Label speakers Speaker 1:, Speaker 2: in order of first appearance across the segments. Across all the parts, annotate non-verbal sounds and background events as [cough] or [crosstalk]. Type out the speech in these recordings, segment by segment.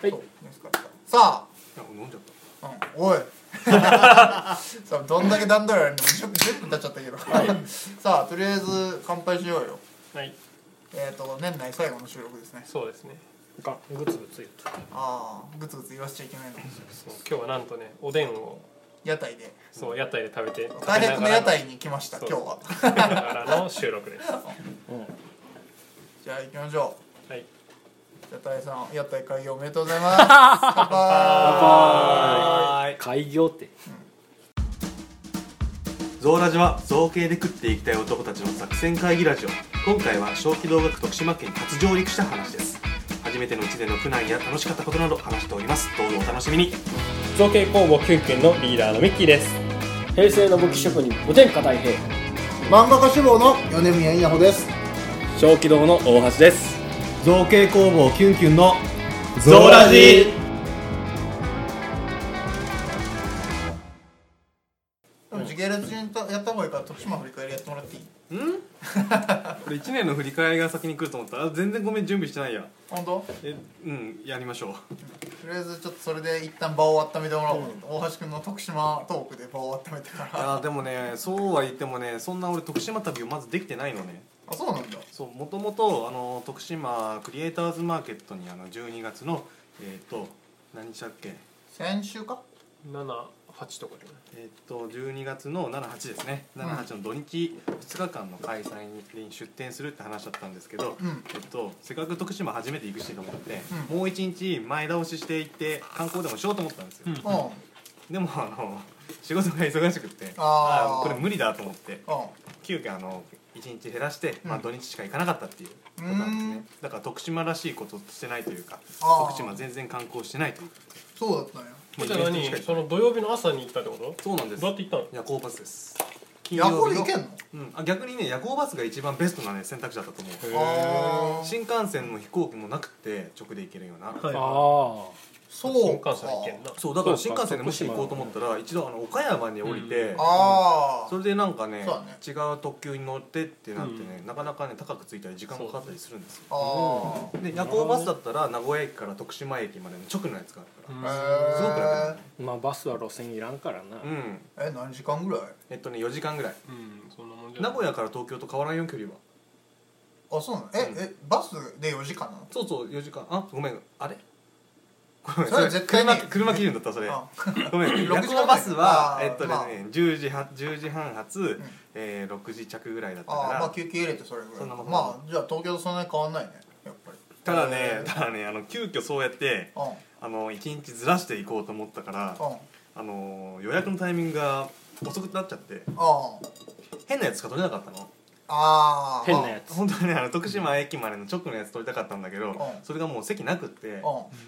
Speaker 1: はい
Speaker 2: さ
Speaker 3: 飲んじゃった
Speaker 2: あ、うん、おい [laughs] さあどんだけ段取りあるの10 10分経っちゃったけど、さあとりあえず乾杯しようよ
Speaker 3: はい
Speaker 2: えっ、ー、と年内最後の収録ですね
Speaker 3: そうですねがグツグツ言った
Speaker 2: ああグツグツ言わせちゃいけないの
Speaker 3: そう今日はなんとねおでんを
Speaker 2: 屋台で
Speaker 3: そう屋台で食べて
Speaker 2: 大変の屋台
Speaker 3: に
Speaker 2: に来ました
Speaker 3: そう
Speaker 2: 今日は
Speaker 3: からの収録
Speaker 2: [laughs]
Speaker 3: ですは
Speaker 2: じゃあ行きましょ
Speaker 3: いう
Speaker 2: じゃあ大さん屋台開業おめでとうございます乾杯
Speaker 1: はい開業って
Speaker 4: ゾーラジは造形で食っていきたい男たちの作戦会議ラジオ今回は小規道学徳島県に初上陸した話です初めてのうちでの苦難や楽しかったことなど話しておりますどうぞお楽しみに
Speaker 3: 造形工房キュンキュンのリーダーのミッキーです
Speaker 1: 平成の武器職人おでんか大平
Speaker 5: 漫画家志望の米宮稲穂です
Speaker 1: 小気道の大橋です
Speaker 4: 造形工房キュンキュンの
Speaker 1: ゾーラジ
Speaker 2: でも時系列順にやった方がいいから徳島振り返りやってもらっていい
Speaker 4: これ1年の振り返りが先に来ると思ったあ全然ごめん準備してないや
Speaker 2: 本当
Speaker 4: えうんやりましょう
Speaker 2: とりあえずちょっとそれで一旦場を温めてもらおう、大橋君の徳島トークで場を温めてから
Speaker 4: あでもねそうは言ってもねそんな俺徳島旅をまずできてないのね
Speaker 2: あそうなんだ
Speaker 4: そうもともとあの徳島クリエイターズマーケットにあの12月のえっ、と何日だっけ
Speaker 2: 先週か
Speaker 3: 七八とかで
Speaker 4: えっと12月の78ですね78の土日2日間の開催に出店するって話だったんですけど、
Speaker 2: うん
Speaker 4: えっと、せっかく徳島初めて行くしと思って、
Speaker 2: うん
Speaker 4: もう一日前倒しして行って観光でもしようと思ったんですよ、
Speaker 3: うん
Speaker 2: うんうん
Speaker 4: でもあの仕事が忙しくって
Speaker 2: あー
Speaker 4: これ無理だと思って急遽あの一日減らして、まあ、
Speaker 2: うん
Speaker 4: 土日しか行かなかったっていうことなんで
Speaker 2: う
Speaker 4: す
Speaker 2: ー
Speaker 4: ねだから徳島らしいことしてないというか
Speaker 2: あー
Speaker 4: 徳島全然観光してないというか
Speaker 2: そうだったんや
Speaker 4: もう
Speaker 3: じゃあ
Speaker 4: イベントに
Speaker 3: 何
Speaker 4: しか行って
Speaker 3: その土曜日の朝に行ったってこと
Speaker 4: そうなんです
Speaker 3: どうやって行ったの
Speaker 4: 夜行バスです金
Speaker 2: 夜行
Speaker 4: 日
Speaker 2: で行
Speaker 4: の
Speaker 2: けんの
Speaker 4: うん、あ逆にね夜行バスが一番ベストな、ね、選択肢だったと思う
Speaker 2: あー
Speaker 4: 新幹線も飛行機もなくて直で行けるような、
Speaker 3: はい
Speaker 1: あ
Speaker 2: そう
Speaker 3: 新
Speaker 2: か
Speaker 3: 幹線行けんな
Speaker 4: そうだから
Speaker 1: そ
Speaker 4: 新
Speaker 1: うか
Speaker 4: 幹線でもし行こうと思ったら一度あの岡山に降りて、
Speaker 3: うん
Speaker 2: あ
Speaker 4: それでなんかね
Speaker 2: そうだね
Speaker 4: 違う特急に乗ってってなってね、なかなかね高くついたり時間もかかったりするんですよ
Speaker 2: ああ
Speaker 4: で夜行バスだったら名古屋駅から徳島駅までの直のやつがあるから、
Speaker 2: ー
Speaker 4: すごく楽
Speaker 1: あまあバスは路線いらんからな
Speaker 4: うん、
Speaker 2: えー、え何時間ぐらい
Speaker 4: えっとね4時間ぐらい
Speaker 3: うんそんなもんじゃな
Speaker 4: 名
Speaker 3: い
Speaker 4: 古屋から東京と変わらんよ距離は
Speaker 2: あそうなのえ、
Speaker 4: うん
Speaker 2: えバスで4時間なの
Speaker 4: そうそう4時間あごめんあれ [laughs] ごめん
Speaker 2: それは絶対に
Speaker 4: 車車基準だったそれ
Speaker 2: あ
Speaker 4: ごめん
Speaker 2: 6時間ぐらい
Speaker 4: 夜行バスは
Speaker 2: あー
Speaker 4: えっとね、
Speaker 2: まあ
Speaker 4: 10, 時は10時半発、えー6時着ぐらいだった
Speaker 2: あーまあ
Speaker 4: から
Speaker 2: 休憩入れてそれぐら
Speaker 4: そ
Speaker 2: い
Speaker 4: んなもん
Speaker 2: まあじゃあ東京とそんなに変わんないねやっぱり
Speaker 4: ただねただねあの急遽そうやって
Speaker 2: うん
Speaker 4: あの1日ずらしていこうと思ったから
Speaker 2: うん
Speaker 4: あの予約のタイミングが遅くなっちゃって
Speaker 2: あー
Speaker 4: 変なやつしか取れなかったの
Speaker 2: あー
Speaker 1: 変なやつ
Speaker 4: 本当はねあの徳島駅までの直のやつ取りたかったんだけど、
Speaker 2: ん
Speaker 4: それがもう席なくって
Speaker 2: う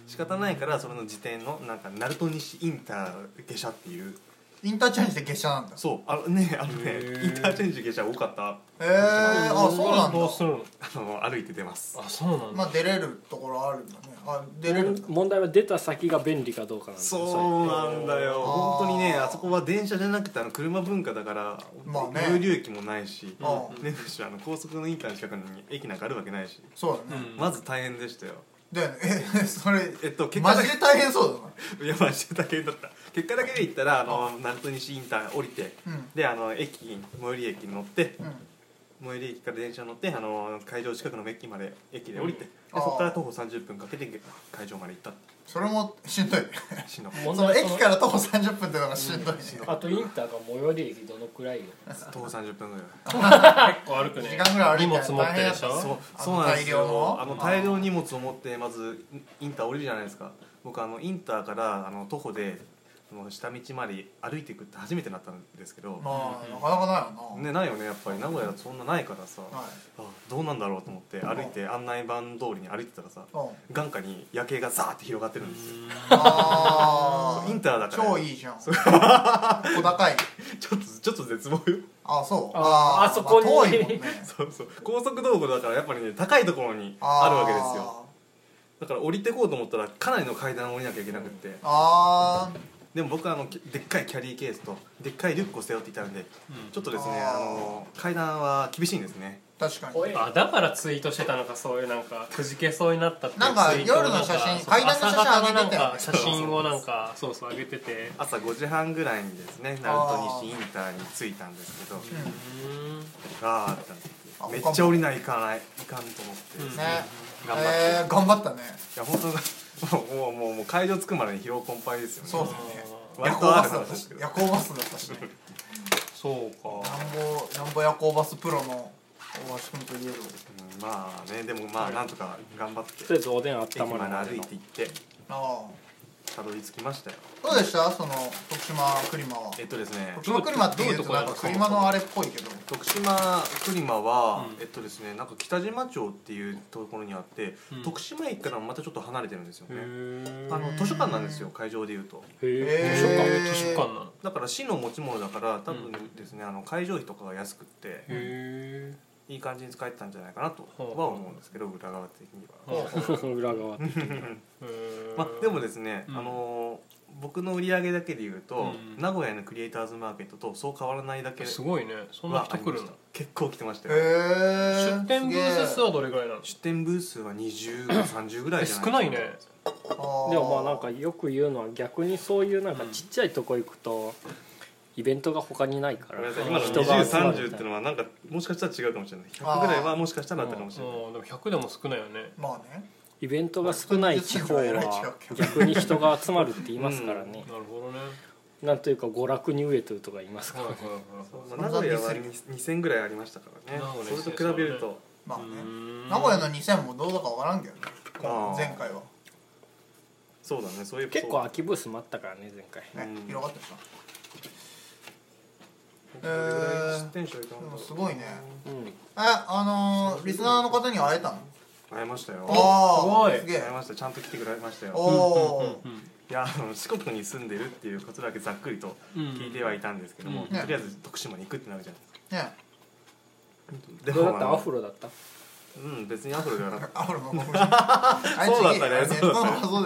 Speaker 4: 仕方ないからそれの時点のなんか鳴門西インター下車っていうん
Speaker 2: インターチェンジで下車なんだ
Speaker 4: そうあのねあのね
Speaker 1: へー
Speaker 4: インターチェンジ下車多かった
Speaker 2: へえー、あそうなんだ
Speaker 3: どうするの
Speaker 4: あの歩いて出ます
Speaker 3: あそうなん
Speaker 2: ま
Speaker 3: だ
Speaker 2: あ出れるところあるんだねあ出れるんだ
Speaker 1: 問題は出た先が便利かどうかなんだよ
Speaker 4: そうなんだよ
Speaker 2: あー
Speaker 4: 本当にねあそこは電車じゃなくてあの車文化だから
Speaker 2: まあね
Speaker 4: 有流駅もないし
Speaker 2: あー
Speaker 4: ねむしろあの高速のインターの近くに駅なんかあるわけないし
Speaker 2: そうだね、
Speaker 3: うん
Speaker 4: まず大変でしたよ
Speaker 2: だよねえ [laughs] それ
Speaker 4: えっと結果
Speaker 2: マ
Speaker 4: だ
Speaker 2: ジ
Speaker 4: け
Speaker 2: で大変そう
Speaker 4: いやマジで大変だった結果だけで言ったらあの鳴門西インター降りて、
Speaker 2: うん
Speaker 4: であの駅最寄り駅に乗って、
Speaker 2: だな
Speaker 4: 最寄り駅から電車に乗ってあの会場近くの駅まで駅で降りて、
Speaker 2: あー
Speaker 4: でそこから徒歩30分かけて会場まで行った
Speaker 2: それもしんどいね
Speaker 4: しの
Speaker 2: そ
Speaker 6: 問
Speaker 2: の
Speaker 6: 題は
Speaker 2: 駅から徒歩30分ってのがしんどいね、
Speaker 6: あとインターが最寄り駅どのくらいよ
Speaker 4: 徒歩30分ぐらい
Speaker 3: 結構歩くね
Speaker 2: 時間ぐらい歩い
Speaker 3: 荷
Speaker 2: て
Speaker 3: 物持ってるでし
Speaker 2: 大変
Speaker 4: そ
Speaker 3: ょ
Speaker 4: う
Speaker 2: あの
Speaker 4: そうなんですよ
Speaker 2: 大量の
Speaker 4: あの大量の荷物を持ってまずインター降りるじゃないですか僕あのインターからあの徒歩であの下道まで歩いていくって初めてなったんですけど、
Speaker 2: まあなかなかないよな、
Speaker 4: ね、ないよねやっぱり名古屋だとそんなないからさ、
Speaker 2: は
Speaker 4: あどうなんだろうと思って歩いて案内板通りに歩いてたらさ
Speaker 2: いうん
Speaker 4: 眼下に夜景がザーって広がってるんですよ
Speaker 2: あー
Speaker 4: インターだから
Speaker 2: 超いいじゃん小高い
Speaker 4: ちょっとちょっと絶望よ
Speaker 2: あそう
Speaker 1: あー
Speaker 2: ー
Speaker 1: あそこに
Speaker 2: まあ遠いもんね
Speaker 4: そうそう高速道路だからやっぱりね高いところに [laughs] あるわけですよだから降りてこうと思ったらかなりの階段を降りなきゃいけなくって、
Speaker 2: あー
Speaker 4: でも僕はあのきでっかいキャリーケースとでっかいリュックを背負っていたんで、ちょっとですね
Speaker 2: あ
Speaker 4: あ
Speaker 2: ー
Speaker 4: の階段は厳しいんですね
Speaker 2: あ確かに
Speaker 6: 怖え
Speaker 3: あだからツイートしてたのかそういうなんかくじけそうになったっていう
Speaker 2: なんか
Speaker 3: ツイートを
Speaker 2: 夜の写真
Speaker 3: そう
Speaker 2: 階段の写真
Speaker 3: 朝方のなんか
Speaker 2: 上げてたよ
Speaker 3: 写
Speaker 2: ね
Speaker 3: 真をなんかそうそう上げてて
Speaker 4: 朝5時半ぐらいにですね鳴門西インターに着いたんですけどあーってなって
Speaker 2: あ
Speaker 4: めっちゃ降りないかないいかんと思って、
Speaker 3: うん
Speaker 4: い
Speaker 2: ね
Speaker 4: 頑張って
Speaker 2: えー頑張ったね
Speaker 4: や本当にもうもうもう会場着くまでに疲労困憊ですよね
Speaker 2: そうですね夜
Speaker 4: 割
Speaker 2: 行
Speaker 4: とあ
Speaker 2: バ
Speaker 4: る
Speaker 2: スだっ
Speaker 4: 話
Speaker 2: たし
Speaker 4: ですけど
Speaker 2: 夜行バスだったしね
Speaker 4: そうか、
Speaker 2: なんぼなんぼ夜行バスプロの大橋君といえど
Speaker 4: うんまあねでもまあなんとか頑張って
Speaker 1: とりあえずおでん温
Speaker 4: 駅
Speaker 1: ま
Speaker 4: ま
Speaker 1: る
Speaker 4: で
Speaker 1: ま
Speaker 4: 歩
Speaker 1: で
Speaker 4: い
Speaker 1: の
Speaker 4: て行って
Speaker 2: ああ
Speaker 4: たどり着きましたよ
Speaker 2: どうでしたその徳島クリマは
Speaker 4: えっとですね
Speaker 2: 徳島クリマっていうとなんかクリマのあれっぽいけど
Speaker 4: 徳島クリマは、
Speaker 3: うん
Speaker 4: えっとですねなんか北島町っていうところにあって、
Speaker 3: うん
Speaker 4: 徳島駅からもまたちょっと離れてるんですよ
Speaker 3: へ
Speaker 4: ね
Speaker 3: ー
Speaker 4: あの図書館なんですよ会場でいうと
Speaker 1: へえ
Speaker 2: へー
Speaker 3: 図書館なの
Speaker 4: だから市の持ち物だから多分ですね、あの会場費とかが安くって
Speaker 3: へえ
Speaker 4: いい感じに使えてたんじゃないかなと
Speaker 3: ほう
Speaker 4: は思うんですけど裏側的には、
Speaker 2: ほうほう
Speaker 1: [laughs] 裏側って
Speaker 4: [laughs] まあ、でもですね、
Speaker 3: うん
Speaker 4: あのー僕の売り上げだけで言うと、
Speaker 3: うん
Speaker 4: 名古屋のクリエイターズマーケットとそう変わらないだけ
Speaker 3: すごいねそんな
Speaker 4: はあ
Speaker 3: 人
Speaker 4: り
Speaker 3: 来
Speaker 4: ま
Speaker 3: る
Speaker 4: し
Speaker 3: んだ
Speaker 4: た結構来てましたよ、
Speaker 2: へえ
Speaker 3: 出店ブース数はどれぐらいなの
Speaker 4: 出店ブースは20か30ぐらいじゃないですか
Speaker 3: え少ないね
Speaker 2: で
Speaker 1: でもまあなんかよく言うのは逆にそういうなんかちっちゃいとこ行くとイベントが他にないから
Speaker 4: ごめんなさい今の
Speaker 1: 人が集まる
Speaker 4: 2030
Speaker 1: み
Speaker 4: って
Speaker 1: たい
Speaker 4: の
Speaker 1: な
Speaker 4: はなんかもしかしたら違うかもしれない100ぐらいはもしかしたらあったかもしれない
Speaker 3: もうでも100でも少ないよね
Speaker 2: まあね
Speaker 1: イベントが少ない地方は逆に人が集まるって言いますからね、
Speaker 3: なるほどね
Speaker 1: なんというか娯楽に飢えてるとか言いますから、ね、
Speaker 4: まあ名古屋は2000ぐらいありましたからね
Speaker 3: 名古屋
Speaker 4: それと比べると
Speaker 2: まあね
Speaker 3: うん
Speaker 2: 名古屋の2000もどうだかわからんけどね
Speaker 4: あー
Speaker 2: 前回は
Speaker 4: そうだねそういう
Speaker 1: 結構空きブースもあったからね前回
Speaker 2: ね
Speaker 4: うん
Speaker 2: 広がったしなえ
Speaker 4: 出
Speaker 2: ー
Speaker 4: 店者いた
Speaker 2: で
Speaker 4: んだ
Speaker 2: もすごいね
Speaker 1: うん
Speaker 2: えあのー、リスナーの方には会えたの
Speaker 4: 会えましたよ
Speaker 2: ああ
Speaker 3: すごい
Speaker 2: すげ
Speaker 4: 会
Speaker 2: え
Speaker 4: えましたちゃんと来てくれました
Speaker 2: お
Speaker 4: よ
Speaker 2: お
Speaker 3: うん
Speaker 4: いやあの四国に住んでるっていうことだけざっくりと聞いてはいたんですけども
Speaker 3: うん
Speaker 4: とりあえず徳島に行くってなるじゃないですか
Speaker 2: ーね
Speaker 4: で
Speaker 1: どうだった
Speaker 4: あ
Speaker 1: ア
Speaker 4: の
Speaker 1: フロだった
Speaker 4: うん別にアフロではなかっ
Speaker 2: アフロの顔あいつ
Speaker 4: そうだった
Speaker 2: い
Speaker 4: ね
Speaker 2: いネッ
Speaker 4: そう
Speaker 2: ト
Speaker 4: だ
Speaker 2: の
Speaker 4: ったね
Speaker 2: 画像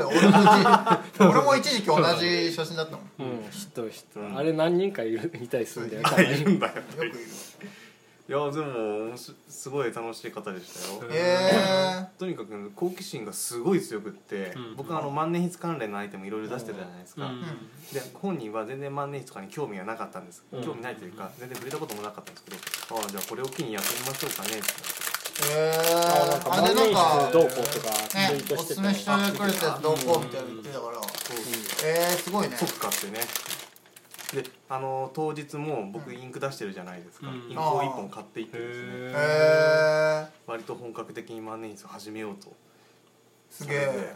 Speaker 2: で俺も一時俺も一時期同じ写真だったもん
Speaker 1: うん、知っとる知っとる
Speaker 4: うん
Speaker 1: あれ何人かいるみたいするんだよた
Speaker 4: た
Speaker 1: ま
Speaker 4: い
Speaker 1: に
Speaker 4: るんだよ
Speaker 2: よくいる
Speaker 4: いやでもすすごい楽しい方でしたよ
Speaker 3: うん
Speaker 2: え
Speaker 4: とにかく好奇心がすごい強くって、
Speaker 3: うん
Speaker 4: 僕はあの万年筆関連のアイテムいろいろ出してたじゃないです
Speaker 3: う
Speaker 4: か、
Speaker 3: ん
Speaker 4: で本人は全然万年筆とかに興味がなかったんです、
Speaker 3: うん
Speaker 4: 興味ないというか全然触れたこともなかったんですけどああじゃあこれを機にやってみましょうかねって
Speaker 2: ー、え
Speaker 1: なん
Speaker 2: ー、
Speaker 1: か
Speaker 2: あ
Speaker 1: 万
Speaker 2: れなん
Speaker 1: 年
Speaker 2: か
Speaker 1: 筆どうこうとかツイ
Speaker 2: ね
Speaker 1: ート
Speaker 2: お
Speaker 1: し
Speaker 2: す
Speaker 1: て
Speaker 2: す
Speaker 1: たの
Speaker 2: めしてくれたやつどうこうみたいなの言ってたからえー、すごいね
Speaker 4: そっかってねであの当日も僕インク出してるじゃないですか、
Speaker 3: うん
Speaker 4: インクを1本買っていってですね
Speaker 2: え
Speaker 3: へ
Speaker 2: ー、
Speaker 4: 割と本格的に万年筆を始めようと
Speaker 2: すげえ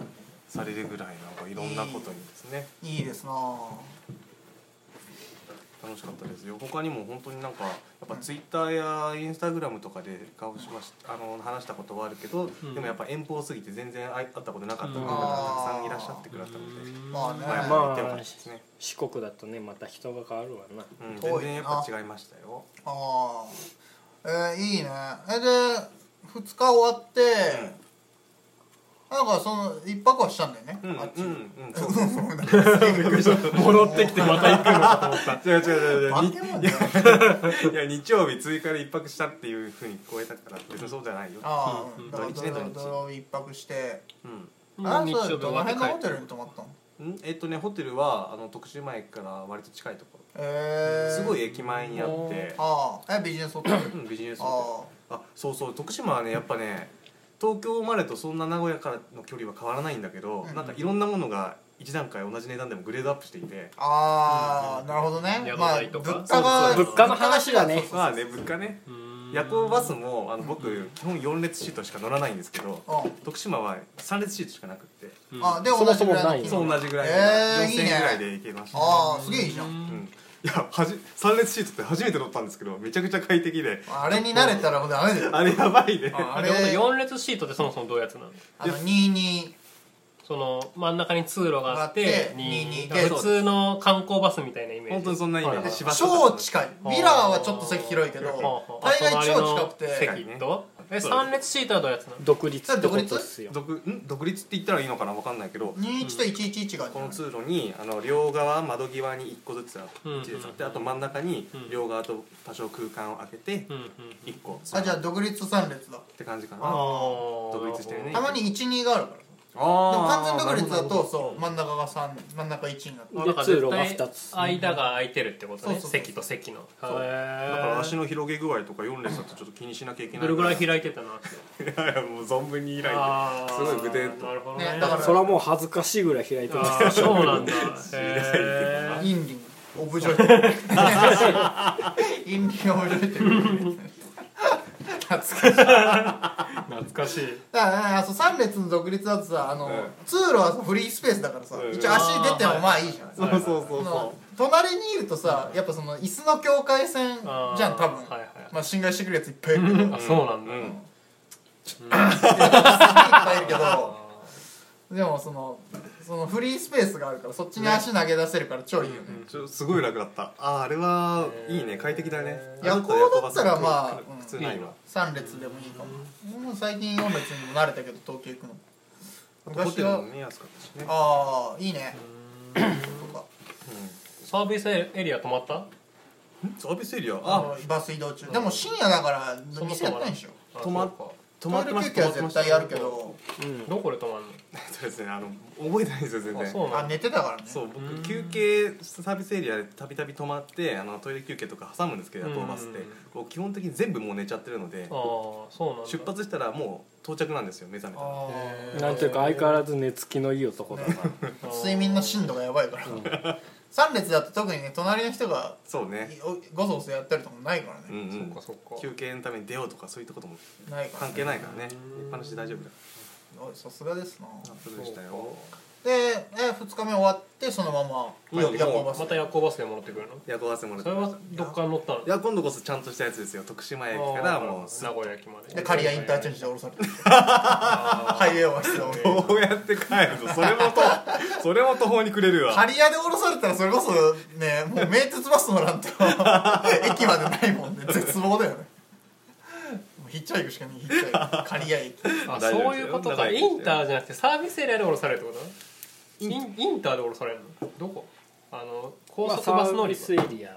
Speaker 4: されるぐらいなんかいろんなことにですね
Speaker 2: いいですなあ
Speaker 4: 楽しかったですよ他にも本当になんかやっぱツイッターやインスタグラムとかで顔しましあの話したことはあるけど、
Speaker 3: ん
Speaker 4: でもやっぱ遠方すぎて全然会い会ったことなかった方
Speaker 3: うん
Speaker 4: がたくさんいらっしゃってくださったので、
Speaker 2: まあね、
Speaker 4: まあやっ
Speaker 1: ま
Speaker 4: ぱり行っ
Speaker 1: あ
Speaker 4: てよかったですね、
Speaker 1: 四国だとねまた人が変わるわな
Speaker 4: うん、
Speaker 2: 遠
Speaker 4: 全
Speaker 2: いな
Speaker 4: 然やっぱ違いましたよ
Speaker 2: ああえー、いいねえで2日終わって、なんかその1泊はしたんだよね、
Speaker 4: うんうん
Speaker 2: あっち、
Speaker 4: うんそうそうそう
Speaker 1: 戻ってきてまた行くのかと思っ
Speaker 4: 違う違う違う違う
Speaker 2: バ
Speaker 4: に
Speaker 2: ケモンだよ
Speaker 4: いや日曜日追加で一泊したっていうふうに聞こえたから別にそうじゃないよ、
Speaker 2: あ
Speaker 3: うん
Speaker 2: あだから
Speaker 4: 土
Speaker 2: 土
Speaker 4: 日ね
Speaker 2: 曜
Speaker 4: 土日
Speaker 2: 土曜日1泊して、
Speaker 4: うん
Speaker 2: ああ
Speaker 3: 日
Speaker 2: そ
Speaker 3: 曜
Speaker 2: う
Speaker 3: 日
Speaker 2: ど
Speaker 3: 終
Speaker 2: の
Speaker 3: わって
Speaker 2: 辺
Speaker 3: 帰
Speaker 2: のホテ
Speaker 3: る
Speaker 2: ルに泊まったの
Speaker 4: んえっとねホテルはあの徳島駅から割と近いとこ
Speaker 2: え
Speaker 4: ろ
Speaker 2: ー、
Speaker 4: すごい駅前にあって
Speaker 2: ああえビジネスホテル
Speaker 4: うんビジネスホ
Speaker 2: あ
Speaker 4: テルあそうそう徳島はねやっぱね東京生まれとそんな名古屋からの距離は変わらないんだけど、
Speaker 2: うん
Speaker 4: なんかいろんなものが一段階同じ値段でもグレードアップしていて
Speaker 2: あああなるほどね
Speaker 3: 宿
Speaker 2: まあ
Speaker 3: 代とか
Speaker 2: 物価が
Speaker 1: そうそう物価の話がね
Speaker 2: そうそうそう
Speaker 4: まあね物価ね
Speaker 3: うん
Speaker 4: 夜行バスもあの僕基本4列シートしか乗らないんですけど
Speaker 2: うん
Speaker 4: 徳島は3列シートしかなくって
Speaker 3: うん
Speaker 2: あで
Speaker 1: そ
Speaker 2: 同
Speaker 1: も
Speaker 2: じ
Speaker 1: そ
Speaker 2: ぐ
Speaker 1: も
Speaker 2: らい
Speaker 1: ない
Speaker 2: の
Speaker 4: そう同じぐらいで、
Speaker 2: えーいい
Speaker 4: 4000
Speaker 2: ね
Speaker 4: 円ぐらいで行けましたね
Speaker 2: ああすげえいいじゃん、
Speaker 4: うんいやはじ3列シートって初めて乗ったんですけどめちゃくちゃ快適で [laughs]
Speaker 2: あれに慣れたらもうダメだよ
Speaker 4: あれやばいね
Speaker 2: あ
Speaker 3: あ
Speaker 2: れ
Speaker 3: れこの4列シートってそもそもどういうやつなの
Speaker 2: あの22
Speaker 3: その真ん中に通路があ
Speaker 2: あっ
Speaker 3: って
Speaker 2: て
Speaker 3: に
Speaker 2: で
Speaker 3: 普通の観光バスみたいなイメージ
Speaker 4: 本当にそんなイメージ
Speaker 3: はい
Speaker 4: 芝生とか
Speaker 2: 超近いミラーはちょっと席広いけど
Speaker 3: はあはあ
Speaker 2: 大概超近く
Speaker 3: 隣
Speaker 2: て
Speaker 3: の
Speaker 4: 席
Speaker 3: 席とえ三列シートはどうやつなの
Speaker 1: 独立ってことっすよ
Speaker 4: 独ん独立って言ったらいいのかなわかんないけど
Speaker 2: 21と111がある
Speaker 4: こ
Speaker 2: じ
Speaker 4: の
Speaker 2: ゃん
Speaker 4: 通路にあの両側窓際に1個ずつあ
Speaker 3: うん
Speaker 4: 1列あってあと真ん中に
Speaker 3: うん
Speaker 4: 両側と多少空間を空けて
Speaker 3: うんうん
Speaker 4: 1個
Speaker 2: あじゃあ独立3列だ
Speaker 4: って感じかな
Speaker 2: あ
Speaker 4: 独立してるね
Speaker 2: たまに12があるからでも完全独立だとそう真ん中が3真ん中1になって
Speaker 3: あなんか
Speaker 1: 通
Speaker 3: 絶
Speaker 1: 路が
Speaker 3: 対
Speaker 1: 二つ
Speaker 3: 間が空いてるってこと
Speaker 2: そ
Speaker 3: ね
Speaker 2: うそうそう
Speaker 3: 席と席のへ
Speaker 4: だから足
Speaker 3: え
Speaker 4: の広げ具合とか4列だとちょっと気にしなきゃいけな
Speaker 3: ど
Speaker 4: い
Speaker 3: れぐらい
Speaker 4: い
Speaker 3: 開いてたなって
Speaker 4: [laughs] やいやもう存分に開いて
Speaker 3: あー
Speaker 4: すごいぐでんと
Speaker 3: なるほど
Speaker 2: ね
Speaker 3: ね
Speaker 2: だから
Speaker 1: それはもう恥ずかしいぐらい開いてます
Speaker 3: あーそうな
Speaker 4: [laughs]
Speaker 3: んだへー
Speaker 2: インリンオブジョイインリンオブジョイっていう懐かしい
Speaker 3: 懐かしい
Speaker 2: だからあそう3列の独立だとさあの、
Speaker 4: うん
Speaker 2: 通路はさフリースペースだからさ、
Speaker 4: うん
Speaker 2: 一応足出てもまあいいじゃん、
Speaker 4: そうそうそうそ
Speaker 2: 隣にいるとさやっぱその椅子の境界線じ
Speaker 3: あー
Speaker 2: ゃん多分、
Speaker 3: はいはい
Speaker 2: まあ侵害してくるやついっぱいいるけどいっ
Speaker 3: あそうなん
Speaker 4: う
Speaker 3: だ
Speaker 4: うん
Speaker 2: ぱいいるけど [laughs] でもそのそのフリースペースがあるからそっちに足投げ出せるから超いいよね、
Speaker 4: ちょすごい楽だったあーあれはいいね快適だね
Speaker 2: えー
Speaker 4: あれと
Speaker 2: 夜行だったらまあ
Speaker 4: 夜行バス普通ないわ
Speaker 2: 3列でもいいかも、もう最近4列にも慣れたけど東京行くの
Speaker 4: あとホテ
Speaker 2: 昔
Speaker 4: ル
Speaker 2: は
Speaker 4: もね安かったしね
Speaker 2: ああいいねとか
Speaker 3: サービスエリア止まった
Speaker 4: んサービスエリア
Speaker 2: あバス移動中でも深夜だから
Speaker 3: そんな
Speaker 2: 店やってないんでしょ
Speaker 4: 止まっ
Speaker 2: ト
Speaker 4: 止
Speaker 2: イレ休憩は絶対やるけど
Speaker 3: どこで止まんの
Speaker 4: そうですねあの覚えてないんですよ全
Speaker 3: あ
Speaker 4: 然
Speaker 3: そう
Speaker 2: あ
Speaker 3: なんだ
Speaker 2: 寝てたからね
Speaker 4: そう僕休憩サービスエリアでたびたび泊まってあのトイレ休憩とか挟むんですけど夜行バスって
Speaker 3: うん
Speaker 4: こう基本的に全部もう寝ちゃってるので
Speaker 3: ああそうなんだ
Speaker 4: 出発したらもう到着なんですよ目覚めたら
Speaker 2: あ
Speaker 3: へ
Speaker 1: なんていうか相変わらず寝つきのいい男だな
Speaker 2: ー睡眠の深度がやばいから3列だ [laughs] と特にね隣の人が
Speaker 4: そうね
Speaker 2: おごそごそやってるとかもないから
Speaker 4: うん
Speaker 2: ね
Speaker 4: う
Speaker 3: そっ
Speaker 4: ん
Speaker 3: かそっか
Speaker 4: 休憩のために出ようとかそういったことも
Speaker 2: ないから
Speaker 4: 関
Speaker 2: ね
Speaker 4: 係ないからね一般の人大丈夫だ
Speaker 2: おいさすがですな
Speaker 4: アップルしたよ
Speaker 2: でえ2日目終わってそのまま
Speaker 4: はい
Speaker 2: 夜行バス
Speaker 3: また夜行バスで戻ってくるの
Speaker 4: 夜行バスもらって
Speaker 3: それ
Speaker 4: ま
Speaker 3: は
Speaker 4: す
Speaker 3: どっから乗ったの
Speaker 4: いや今度こそちゃんとしたやつですよ徳島駅からもうす
Speaker 3: 名古屋駅まで
Speaker 2: で刈谷インターチェンジで降ろさ
Speaker 4: [laughs]
Speaker 2: れてハイウェイオアシスを
Speaker 4: どうやって帰るのそれもと
Speaker 3: [laughs]
Speaker 4: それも途方に暮れるわ
Speaker 2: 刈谷で降ろされたらそれこそねもう名鉄バス乗
Speaker 4: [laughs]
Speaker 2: らんと駅までないもんね絶望だよねもうヒッチハイクしかねえヒッチハイク刈谷
Speaker 4: [laughs]
Speaker 2: 駅
Speaker 3: あ
Speaker 4: 大丈夫で
Speaker 3: そう
Speaker 4: す
Speaker 3: い
Speaker 4: よ
Speaker 3: うこと
Speaker 4: 長
Speaker 3: か
Speaker 4: いで
Speaker 3: イ
Speaker 4: すよ
Speaker 3: ンターじゃなくてサービスエリアで降ろされるってことインインターで降ろされるのどこあの高速バス乗り場
Speaker 1: サービスエリア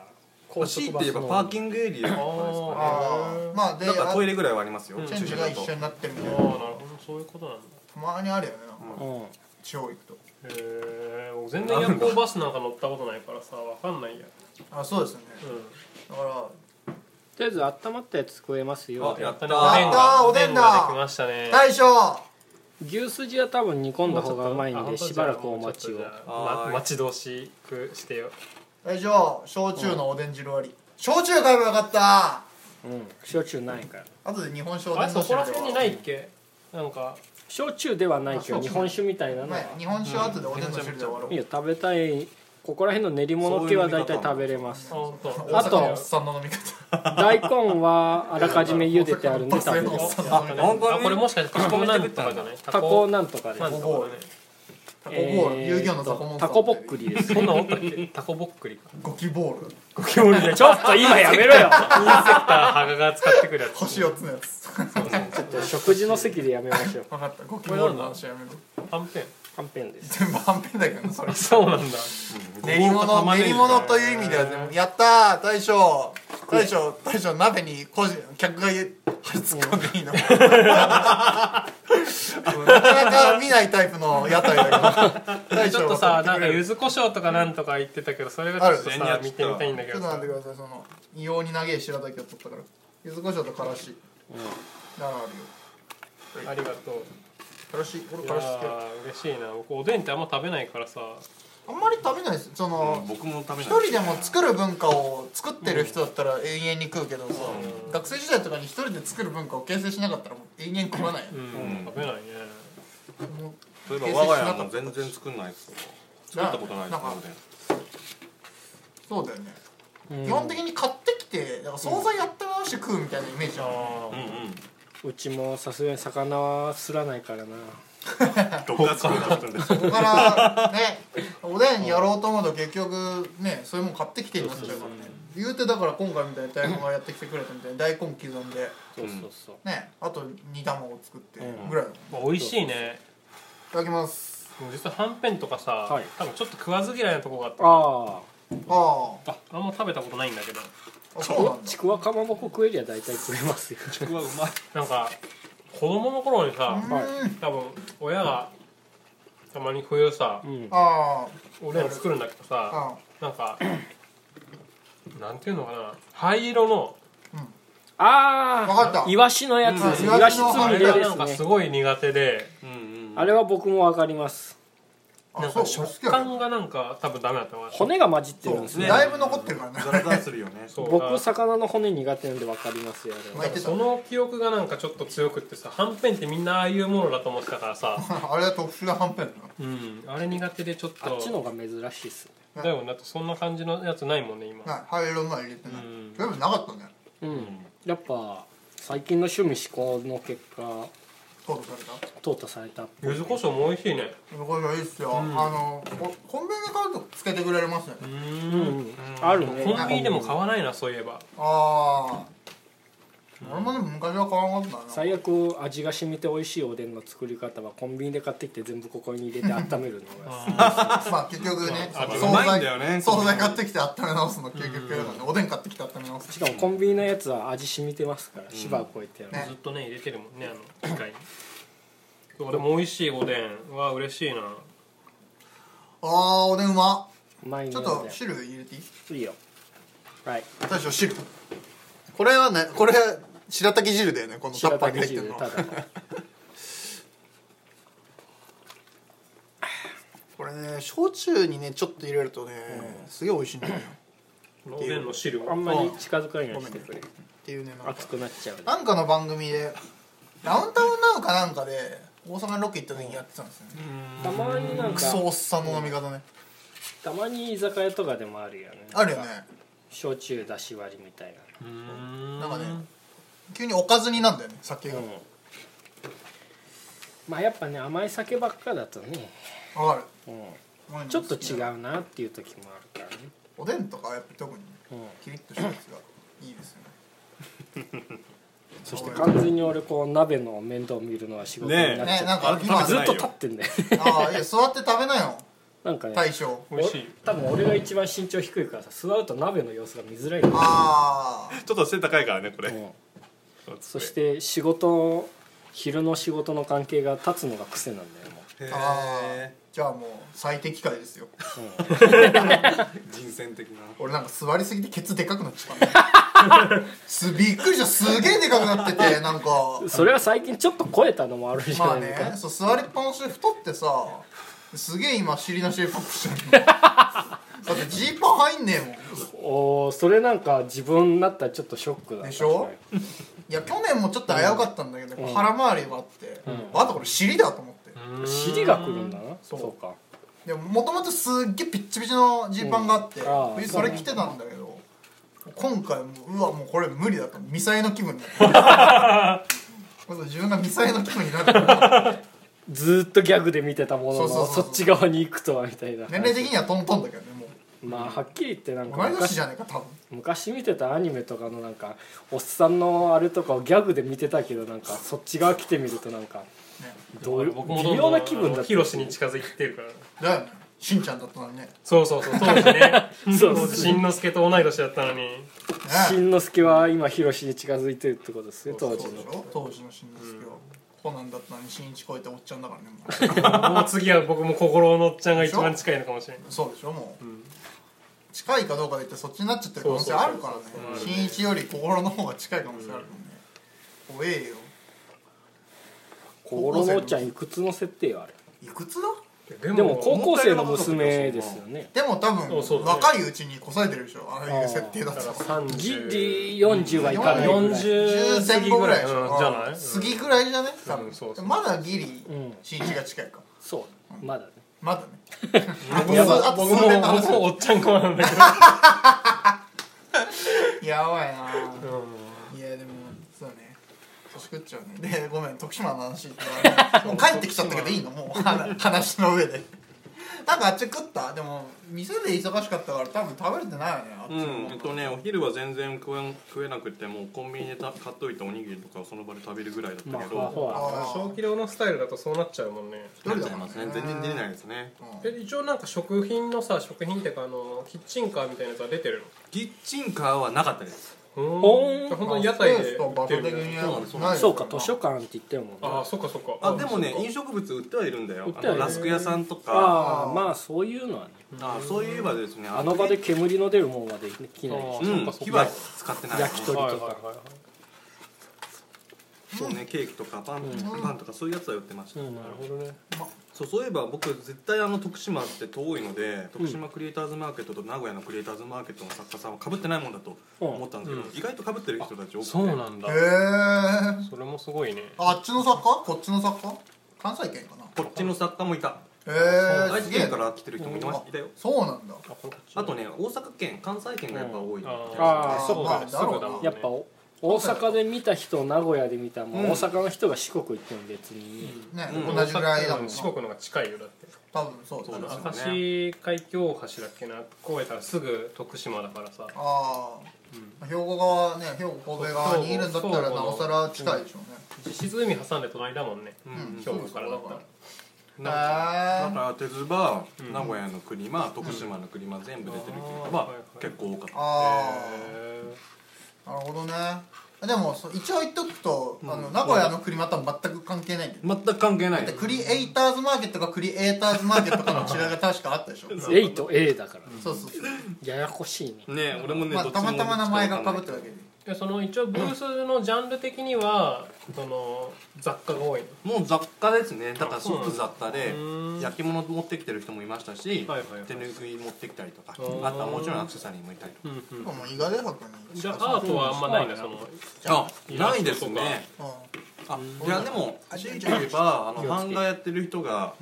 Speaker 1: 高
Speaker 4: 強い
Speaker 1: 速
Speaker 4: て
Speaker 1: バス
Speaker 4: 言えばパーキ
Speaker 1: ン
Speaker 4: ングエリアとかですかね
Speaker 2: ああまあで
Speaker 4: だからトイ
Speaker 2: レ
Speaker 4: レぐらいはありますよ、
Speaker 3: うん
Speaker 2: チェン
Speaker 4: 駐
Speaker 2: ジ
Speaker 4: 車
Speaker 2: が
Speaker 4: 場
Speaker 2: 一
Speaker 4: と
Speaker 2: 緒になってるみた
Speaker 3: あ
Speaker 2: い
Speaker 3: あ
Speaker 2: な
Speaker 3: なるほどそういうことなんだ
Speaker 2: たまにあるよねなんか
Speaker 1: グ
Speaker 2: 地方行くと
Speaker 3: へえ僕全然夜行バスなんか乗ったことないからさわかんないや
Speaker 2: あそうですよね
Speaker 3: う
Speaker 2: だから
Speaker 1: とりあえず温まったやつ食えますよ
Speaker 4: あやっ
Speaker 3: ん
Speaker 4: た
Speaker 2: ー
Speaker 3: お
Speaker 2: おで
Speaker 3: で
Speaker 2: んだ
Speaker 3: んができましたね
Speaker 2: 大将
Speaker 1: 牛すじは多分煮込んだ方がうまいんでしばらくお待ちを
Speaker 4: は
Speaker 3: ま
Speaker 4: い
Speaker 3: 待ち遠しくしてよ
Speaker 2: 大将焼酎のおでん汁割り焼酎買えばよかった
Speaker 1: うん焼酎ないから
Speaker 2: 後で日本酒お
Speaker 3: あ
Speaker 2: で
Speaker 3: れ
Speaker 2: ん
Speaker 3: そ
Speaker 2: の汁
Speaker 3: こら
Speaker 2: で
Speaker 3: 辺にないっけなんか
Speaker 1: 焼酎ではないけど日本酒みたいなの
Speaker 2: まあ
Speaker 1: はい
Speaker 2: 日本酒は後でおでんの汁で割ろう
Speaker 1: いや食べたいここら辺の練り物系は大体食べれます
Speaker 3: あ本当
Speaker 2: 大
Speaker 1: あ
Speaker 2: 阪
Speaker 1: と
Speaker 2: のおっさんの飲み方
Speaker 1: 大根はあらかじめ茹でてあるんで食べれ
Speaker 2: おっ
Speaker 1: ます
Speaker 2: さんの飲み方
Speaker 4: 本当に
Speaker 3: あこれもしかしてタコなんとかじゃない
Speaker 1: [laughs] タコなんとかです
Speaker 3: なんとかだね
Speaker 2: タコボール、
Speaker 1: え
Speaker 2: 遊戯王のタコモンス
Speaker 1: ーと
Speaker 2: タ
Speaker 1: タ
Speaker 2: ー
Speaker 1: コぼっくりです
Speaker 3: そんなんおったっ [laughs] けタコぼっくりか
Speaker 2: ゴキボール
Speaker 1: ちょっと今やめろよ
Speaker 3: ハガが使ってくるやつ
Speaker 2: 星四つのやつ
Speaker 1: ちょっと食事の席でやめましょう
Speaker 2: 分かったゴキボールの話やめろ
Speaker 3: はんぺん
Speaker 1: はんぺんです
Speaker 2: 全部はんぺんだけどなそれ
Speaker 3: そうなんだ
Speaker 2: 練り
Speaker 4: ごぼうと玉
Speaker 2: 物
Speaker 4: ねぎ
Speaker 2: 練り物という意味では全部やったー大将大将大将鍋に個人客が入れ [laughs] 突っ込んでいいのなかなか見ないタイプの屋台だけど大
Speaker 3: ち
Speaker 2: 将
Speaker 3: ょっと
Speaker 2: が
Speaker 3: さ
Speaker 2: 買
Speaker 3: な
Speaker 2: っ
Speaker 3: ん
Speaker 2: てくれ
Speaker 3: か柚
Speaker 2: る
Speaker 3: 子胡椒とかなんとか言ってたけどそれがちょっと
Speaker 4: あ
Speaker 3: さ
Speaker 4: る
Speaker 3: 見てみたいんだけ
Speaker 2: ちょ
Speaker 3: ど
Speaker 2: っと待
Speaker 3: さ
Speaker 2: ってくださいその異様に長い白滝を取ったから柚子胡椒とからしならあるよ
Speaker 3: ありがと
Speaker 2: からし俺
Speaker 3: うい
Speaker 2: か
Speaker 3: や
Speaker 2: らし好きだ
Speaker 3: ー嬉しいな僕おでんってあんま食べないからさ
Speaker 2: あんまり食べないですその、
Speaker 4: 僕も食べない
Speaker 2: 一人でも作る文化を作ってる人だったら永遠に食うけどさ、学生時代とかに一人で作る文化を形成しなかったらもう永遠食わないよ
Speaker 3: う
Speaker 2: ね、
Speaker 3: ん食べないね
Speaker 2: もう
Speaker 4: そういえば我が家も全然作んないですよ作ったことないです
Speaker 2: な
Speaker 4: ので
Speaker 2: そうだよね、基本的に買ってきてだから惣菜やって回して食うみたいなイメージある、
Speaker 3: あ
Speaker 4: うんうん
Speaker 1: うちもさすがに魚はすらないからな
Speaker 4: どっか作ったことないです
Speaker 2: だからねおでんやろうと思うと結局ねそういうもん買ってきてになっちゃうからね言うてだから今回みたいに大根がやってきてくれたみたいに大根刻んで
Speaker 1: そうそうそう、
Speaker 2: ねあと煮卵作ってぐらいだもんい
Speaker 3: まあ美味しいね
Speaker 2: ただきます
Speaker 3: もう実ははんぺんとかさ、
Speaker 1: はい
Speaker 3: 多分ちょっと食わず嫌いなとこがあって
Speaker 1: あ
Speaker 2: あ
Speaker 3: ああんま食べたことないんだけど
Speaker 2: ああ
Speaker 1: あ
Speaker 2: そうなんだ
Speaker 1: ちくわかまぼこ食えりゃ大体食えますよ
Speaker 3: うわうまいなんか子供の頃にさ
Speaker 2: う、
Speaker 1: はい
Speaker 2: ーん
Speaker 3: 多分親がたまに冬さ
Speaker 1: うん
Speaker 2: あ
Speaker 3: 俺らも作るんだけど
Speaker 2: あ
Speaker 3: さ
Speaker 2: あ
Speaker 3: なんかなんていうのかな灰色の
Speaker 2: あ
Speaker 1: あ
Speaker 2: 分かった
Speaker 1: あイワシのやつです、
Speaker 2: うん
Speaker 1: イワシつ
Speaker 3: あ
Speaker 1: み
Speaker 3: れ
Speaker 1: れ
Speaker 3: が
Speaker 1: で
Speaker 3: なんか
Speaker 1: す
Speaker 3: す
Speaker 1: ね
Speaker 3: ごい苦手で
Speaker 4: うんうん
Speaker 1: あれは僕もわかります
Speaker 3: な
Speaker 2: あ
Speaker 3: ん
Speaker 2: そう俺
Speaker 3: か
Speaker 2: 好
Speaker 3: 食
Speaker 2: きだよ
Speaker 3: 感がなんか多分ダメだったわ
Speaker 1: 骨が混じってるんです
Speaker 2: そう
Speaker 1: ね
Speaker 4: ね
Speaker 2: だいぶ残ってるからね [laughs]
Speaker 4: ザラザラするよね
Speaker 3: そう
Speaker 1: 僕魚の骨苦手なんでわかりますよあれ
Speaker 2: 巻いてた
Speaker 3: その記憶がなんかちょっと強くってさはんぺんってみんなああいうものだと思ってたからさ
Speaker 2: あれは特殊なはんぺんだ
Speaker 3: うんあれ苦手でちょっ
Speaker 1: あ
Speaker 3: と
Speaker 1: っちの方が珍しいっすね
Speaker 3: だよねだってそんな感じのやつないもんね今
Speaker 2: な灰色のは入れてない
Speaker 3: うん
Speaker 2: 全部なかったね
Speaker 1: うんやっぱ最近の趣味思考の結果
Speaker 2: そうされた
Speaker 1: 淘汰されたっぽい
Speaker 3: 柚子胡椒も美味しいね
Speaker 2: これいいっすよ、
Speaker 3: ん
Speaker 2: あのこコンビニで買うとつけてくれますね、
Speaker 3: う
Speaker 1: うん
Speaker 3: ん
Speaker 1: うんあるね
Speaker 3: コンビニでも買わないなそういえば
Speaker 2: ああ俺もでも昔は買わなかったな
Speaker 1: 最悪味が染みて美味しいおでんの作り方はコンビニで買ってきて全部ここに入れて温めるのが
Speaker 2: まあ結局ね
Speaker 3: あ
Speaker 2: 惣
Speaker 4: うまいんだよね
Speaker 2: 惣菜買ってきて温め直すの究極だからねおでん買ってきて温め直す
Speaker 1: しかもコンビニのやつは味染みてますから芝を越えてやる、
Speaker 2: ね
Speaker 3: ずっとね入れてるもんねあの機械にそうでも美味しいおでんは嬉しいな
Speaker 2: ああおでんうま
Speaker 1: うまいね
Speaker 2: ちょっと汁入れていい
Speaker 1: いいよはい
Speaker 2: 大将汁これはねこれ白滝汁だよねこのタッ
Speaker 1: 白
Speaker 2: パーに
Speaker 1: 滝
Speaker 2: 入って
Speaker 1: 汁
Speaker 2: るの
Speaker 1: ただの
Speaker 2: これね焼酎にねちょっと入れるとね、すげえ美味しいんだよ
Speaker 3: おでんの汁
Speaker 1: あ
Speaker 3: を
Speaker 1: んまり近づかないようにしてくれ
Speaker 2: っていうねなんか
Speaker 1: 熱くなっちゃうね
Speaker 2: なんかの番組でダウンタウンなのかなんかで大阪にロケ行った時にやってたんですよね
Speaker 1: たまになん
Speaker 2: ク
Speaker 1: か
Speaker 2: ソおっさんの飲み方ね
Speaker 1: たまに居酒屋とかでもあるよね
Speaker 2: あるよね
Speaker 1: 焼酎だし割りみたい
Speaker 3: うん
Speaker 2: なんかね急におかずになんだよね酒
Speaker 1: な
Speaker 2: が
Speaker 1: うんまあやっぱね甘い酒ばっかだとね、
Speaker 2: わかる
Speaker 1: うん、
Speaker 2: こういうの
Speaker 1: ちょっと
Speaker 2: 好き
Speaker 1: 違うなっていう時もあるからね、
Speaker 2: おでんとかはやっぱ特に
Speaker 1: うん、
Speaker 2: キリッとしたやつがいいですよね
Speaker 1: そして完全に俺こう鍋の面倒見るのは仕事になっちゃ
Speaker 2: ね
Speaker 1: う、
Speaker 2: なんか
Speaker 4: あ
Speaker 2: 今
Speaker 4: 食べづ
Speaker 1: ずっ
Speaker 4: らい
Speaker 1: と立ってんだよね
Speaker 2: ああいや座って食べなよ
Speaker 1: なんかね
Speaker 2: 大将
Speaker 3: 美味しい
Speaker 1: 多分俺が一番身長低いからさ座ると鍋の様子が見づらいの
Speaker 2: あ
Speaker 4: ちょっと背高いからねこれ
Speaker 1: うんそして仕事昼の仕事の関係が立つのが癖なんだよも
Speaker 4: へ
Speaker 2: あ
Speaker 4: え
Speaker 2: じゃあもう最適解ですよ
Speaker 4: 人選的な
Speaker 2: 俺なんか座りすぎてケツでかくなっちゃったね [laughs] すびっくりしたすげえでかくなっててなん [laughs] か
Speaker 1: うそれは最近ちょっと超えたのもあるじゃ
Speaker 2: まあ
Speaker 1: ない
Speaker 2: ね
Speaker 1: か、
Speaker 2: そう座りっぱなしで太ってさすげえ今尻なしでポップ [laughs] してるのだってジーパン入んねえもんい
Speaker 1: おーそれなんか自分になったらちょっとショックだな
Speaker 2: でしょや去年もちょっと危うかったんだけど、腹回りがあって、あとこれ尻だと思って、
Speaker 1: 尻がくるんだな
Speaker 2: そ
Speaker 1: そううか
Speaker 2: でももともとすっげえピッチピチのジーパンがあって、
Speaker 1: うんああ
Speaker 2: 冬それ着てたんだけど、今回もううわもうこれ無理だとミサイの気分になったまず自分がミサイの気分になった
Speaker 1: ずーっとギャグで見てたものの
Speaker 2: そうそうそうそう
Speaker 1: そっち側に行くとはみたいな
Speaker 2: 年齢的にはトントンだけどねもう
Speaker 1: まあはっきり言ってなんか
Speaker 2: 同い年
Speaker 1: 昔
Speaker 2: じゃねえか多分
Speaker 1: 昔見てたアニメとかのなんかおっさんのあれとかをギャグで見てたけどなんかそっち側来てみるとなんかどういう
Speaker 3: 僕もど
Speaker 1: 微
Speaker 3: んど
Speaker 1: 妙
Speaker 3: ん
Speaker 1: な気分だった
Speaker 3: ヒロシに近づいてるから
Speaker 2: だよねしんちゃんだったのにね
Speaker 3: そうそうそう当時ね
Speaker 1: [laughs] そう
Speaker 3: 当時しんのすけと同い年だったのに
Speaker 1: しんのすけは今ヒロシに近づいてるってことですね当時
Speaker 2: そう
Speaker 1: の
Speaker 2: でしょ当時のしんのすけは、コナンだったのにしんいち超えておっちゃんだからねも
Speaker 3: もう次は僕も心のおっちゃんが一番近いのかもしれないう
Speaker 2: そうでしょもう、近いかどうかで言ってそっちになっちゃってる可能性あるからねしんいちより心の方が近い可能性あるもんね、怖えよ
Speaker 1: コロノちゃんいくつの設定よあれ
Speaker 2: いくつだ
Speaker 3: で
Speaker 1: でも高校生の娘ですよね
Speaker 2: でも多分
Speaker 3: そうそうだね
Speaker 2: 若いうちにこさえてるでしょああいう設定だと
Speaker 1: ギ
Speaker 3: 30
Speaker 1: リ40はいかないぐらい
Speaker 2: 10
Speaker 3: 40過
Speaker 2: 前
Speaker 3: ぎ
Speaker 2: 後
Speaker 3: ぐ
Speaker 2: ぐら
Speaker 3: ら
Speaker 2: い
Speaker 3: い
Speaker 2: で
Speaker 3: う
Speaker 2: し
Speaker 3: ん
Speaker 2: ょ
Speaker 3: じゃない
Speaker 2: 過ぎぐらいじゃね多
Speaker 3: うんそうそ
Speaker 2: 分
Speaker 3: う
Speaker 2: まだギリ
Speaker 1: ん
Speaker 2: しんいちが近いか
Speaker 1: そうまだね
Speaker 2: まだね
Speaker 3: いや僕
Speaker 2: あと数
Speaker 3: 僕も
Speaker 2: 年の話
Speaker 3: 僕もおっちゃん子なんだけ
Speaker 2: やばいなぁ
Speaker 3: ど
Speaker 2: いやでもそうね年食っちゃうね
Speaker 3: [laughs]
Speaker 2: でごめん徳島の話って言われてもう帰ってきちゃったけどいいのもう話の上でなんかあっち食ったでも店で忙しかったから多分食べれてないよねあっち
Speaker 4: う
Speaker 2: も
Speaker 4: んえっとねお昼は全然食えん食えなくてもうコンビニでた買っといたおにぎりとかをその場で食べるぐらいだった
Speaker 1: まあ
Speaker 4: け
Speaker 1: ほら
Speaker 4: ど
Speaker 1: ほら
Speaker 2: あ
Speaker 3: 小規量のスタイルだとそうなっちゃうもんね
Speaker 2: 一人
Speaker 4: なっ
Speaker 2: だ
Speaker 4: ちゃい
Speaker 2: もん
Speaker 4: ます
Speaker 2: ね
Speaker 4: ね全然出ないですね
Speaker 2: うん
Speaker 3: え一応なんか食品のさ食品っていうかあのキッチンカーみたいなやつは出てる
Speaker 4: キッチンカーはなかったです
Speaker 3: の
Speaker 1: ほーん
Speaker 3: じゃあ本当に屋
Speaker 2: ま
Speaker 3: 台で
Speaker 2: あ
Speaker 3: 売
Speaker 2: スペー
Speaker 3: っ
Speaker 2: スと場所
Speaker 3: て
Speaker 2: 的
Speaker 3: るみたい
Speaker 2: に
Speaker 3: な
Speaker 2: はない
Speaker 1: そうか図書館って言ってるもんね
Speaker 3: ああそっかそっか
Speaker 4: あでもね
Speaker 3: そっか
Speaker 4: 飲食物売ってはいるんだよ
Speaker 1: 売っ
Speaker 4: あ
Speaker 1: ては
Speaker 4: の
Speaker 1: いる
Speaker 4: ラスク屋さんとか
Speaker 1: ああまあそういうのはね
Speaker 4: あそういえばですね
Speaker 1: あの場で煙の出るもんまで着ない
Speaker 3: あ
Speaker 1: し
Speaker 3: あ
Speaker 4: うん
Speaker 3: そっかそっか
Speaker 4: 火は使ってない
Speaker 1: 焼き鳥
Speaker 3: はい
Speaker 1: と
Speaker 3: はい
Speaker 1: か
Speaker 3: はいはい
Speaker 4: そうねケーキとかパンパンとかそういうやつは売ってました
Speaker 1: うんなるほどね
Speaker 4: そうそういえば僕絶対あの徳島って遠いので徳島クリエイターズマーケットと名古屋のクリエイターズマーケットの作家さんはかぶってないもんだと思ったんですけど、意外とかぶってる人たち多くて
Speaker 3: そうなんだ
Speaker 2: へえ
Speaker 3: それもすごいね
Speaker 2: あっちの作家こっちの作家関西圏かな
Speaker 4: こっちの作家もいた
Speaker 2: へえ
Speaker 4: 愛
Speaker 2: す
Speaker 4: 知
Speaker 2: げえ
Speaker 4: 県から来てる人もいま
Speaker 2: あ
Speaker 4: いたよ
Speaker 2: そうなんだ
Speaker 3: あこれこっち
Speaker 4: あとね大阪県関西圏がやっぱ多い
Speaker 3: うんあー
Speaker 1: ああそっ
Speaker 2: まあ
Speaker 1: か
Speaker 2: だろうな
Speaker 3: すぐだもん
Speaker 1: やっぱお大阪で見た人名古屋で見たも
Speaker 4: うん
Speaker 1: 大阪の人が四国行っても別に
Speaker 2: ね、
Speaker 4: うん
Speaker 2: 同じぐらいだもん
Speaker 3: うん
Speaker 2: な
Speaker 3: 四国の方が近いよだって
Speaker 2: 多分そう
Speaker 4: そう
Speaker 2: だ
Speaker 4: だ
Speaker 2: ね
Speaker 4: そうですよね
Speaker 3: 明石海峡大橋だっけな越えたらすぐ徳島だからさ
Speaker 2: ああ、兵庫側ね兵庫神戸側にいるんだったらなおさら近いでしょうね
Speaker 3: 実質海挟んで隣だもんね
Speaker 4: う
Speaker 2: うん
Speaker 4: ん
Speaker 3: 兵庫からだったら
Speaker 4: だか
Speaker 2: へえ
Speaker 4: ら手津場名古屋の国ま徳島の国ま全部出てる国
Speaker 3: あー
Speaker 4: は
Speaker 3: はいはい
Speaker 4: 結構多かった
Speaker 2: あ
Speaker 3: へー
Speaker 2: あなるほどねでもそう一応言っとくと、あの名古屋のクリマとは全く関係ないんだよ
Speaker 4: 全く関係な
Speaker 2: だっ
Speaker 4: い
Speaker 2: てクリエイターズマーケットかクリエイターズマーケットかの違いが確かあったでしょそう
Speaker 1: 8と A だから
Speaker 2: そうそう
Speaker 1: ややこしいね
Speaker 4: ね俺もね
Speaker 2: まあ、
Speaker 4: どっち
Speaker 2: た
Speaker 4: も
Speaker 2: またま名前がかぶってる
Speaker 4: る
Speaker 2: だけで
Speaker 3: でその一応ブースのジャンル的にはその雑貨が多いの
Speaker 4: もう雑貨ですねだから
Speaker 3: あそうなんだ
Speaker 4: 即雑貨で
Speaker 3: うん
Speaker 4: 焼き物持ってきてる人もいましたし
Speaker 3: はいはいはい
Speaker 4: 手ぬぐい持ってきたりとかあ
Speaker 3: ー
Speaker 4: とはもちろんアクセサリーもいたりとか
Speaker 2: でももう伊賀大学に
Speaker 3: じゃあアートはあんまないなその
Speaker 4: あないです
Speaker 3: イラ
Speaker 4: ね
Speaker 2: うん
Speaker 4: あいやでも強いて言えばあの版画やってる人が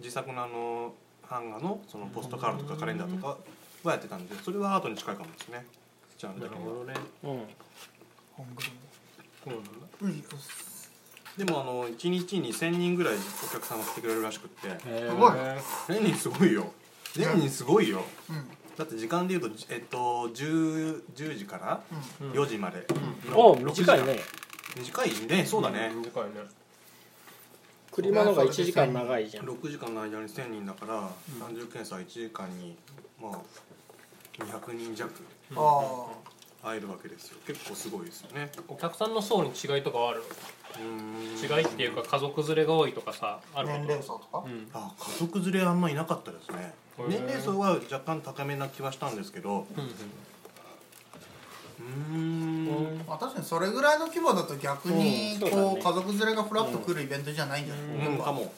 Speaker 4: 自作のあの版画のそのポストカードとかカレンダーとかはやってたんでそれはアートに近いかもですねジャンル
Speaker 3: な
Speaker 4: 的
Speaker 3: る
Speaker 4: に
Speaker 3: ほ
Speaker 4: は
Speaker 3: どね
Speaker 1: うん
Speaker 3: そうなんだ
Speaker 2: うんす
Speaker 4: でもあの1日に1000人ぐらいお客さんが来てくれるらしくって
Speaker 2: ごい
Speaker 4: 1000人すごいよ1000人すごいよ
Speaker 2: うん
Speaker 4: だって時間でいうと、えっと、10, 10時から
Speaker 3: ん
Speaker 4: 4時まで、
Speaker 1: お
Speaker 4: 6時
Speaker 1: 短
Speaker 4: 間
Speaker 1: いね
Speaker 4: 短いねそうだね、
Speaker 3: 短いね
Speaker 1: 車のが1時間長いじゃん
Speaker 4: 6時間の間に1000人だから、30検査1時間にまあ200人弱
Speaker 2: あ
Speaker 4: 会えるわけですよ結構すごいですよね
Speaker 3: お客さんの層に違いとかはある
Speaker 4: うーん
Speaker 3: の違いっていうか家族連れが多いとかさあ
Speaker 2: あ
Speaker 3: るこ
Speaker 2: 年齢差とか、
Speaker 3: うん
Speaker 4: あ家族連れあんまいなかったですね
Speaker 3: へー
Speaker 4: 年齢層は若干高めな気はしたんですけどうーん
Speaker 2: まあ、確かにそれぐらいの規模だと逆に
Speaker 1: うんそうだね
Speaker 2: こう家族連れがフラッと来るイベントじゃないんじゃない、
Speaker 4: うんかも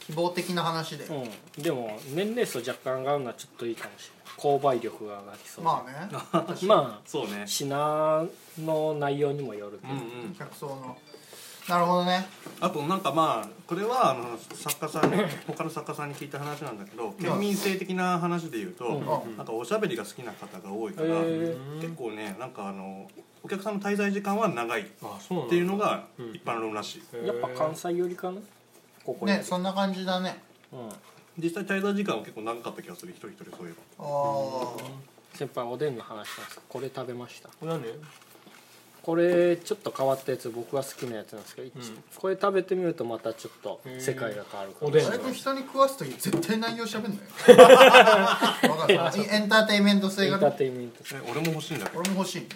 Speaker 2: 希望的な話で、
Speaker 1: うんでも年齢層若干上がるのはちょっといいかもしれない購買力が上がりそう
Speaker 2: まあね
Speaker 1: ま
Speaker 4: そうね
Speaker 1: あ品の内容にもよるけ
Speaker 4: う
Speaker 1: ど
Speaker 4: んうん
Speaker 2: 客層のなるほどね
Speaker 4: あとなんかまあこれはあの作家さんに他の作家さんに聞いた話なんだけど県民性的な話で言うと、
Speaker 2: ん
Speaker 4: なんかおしゃべりが好きな方が多いから、
Speaker 1: へー
Speaker 4: 結構ねなんかあのお客さんの滞在時間は長いっ
Speaker 3: あそうなんだ
Speaker 4: ていうのが一般論らしい、
Speaker 1: やっぱ関西寄りかなここに
Speaker 2: ねそんな感じだね
Speaker 1: うん
Speaker 4: 実際滞在時間は結構長かった気がする一人一人そういえ
Speaker 2: ああ
Speaker 1: 先輩おでんの話なんですけどこれ食べました
Speaker 3: これはね
Speaker 1: これちょっと変わったやつ僕が好きなやつなんですけど、一これ食べてみるとまたちょっと世界が変わるか
Speaker 3: お
Speaker 1: も
Speaker 3: でん
Speaker 2: あれ君人に食わす時絶対内容しゃべんないよわかるエンターテインメント
Speaker 1: エ
Speaker 2: 性
Speaker 1: ン
Speaker 2: が
Speaker 1: ターテインメント
Speaker 4: ばえ俺も欲しいんだけど
Speaker 2: 俺も欲しい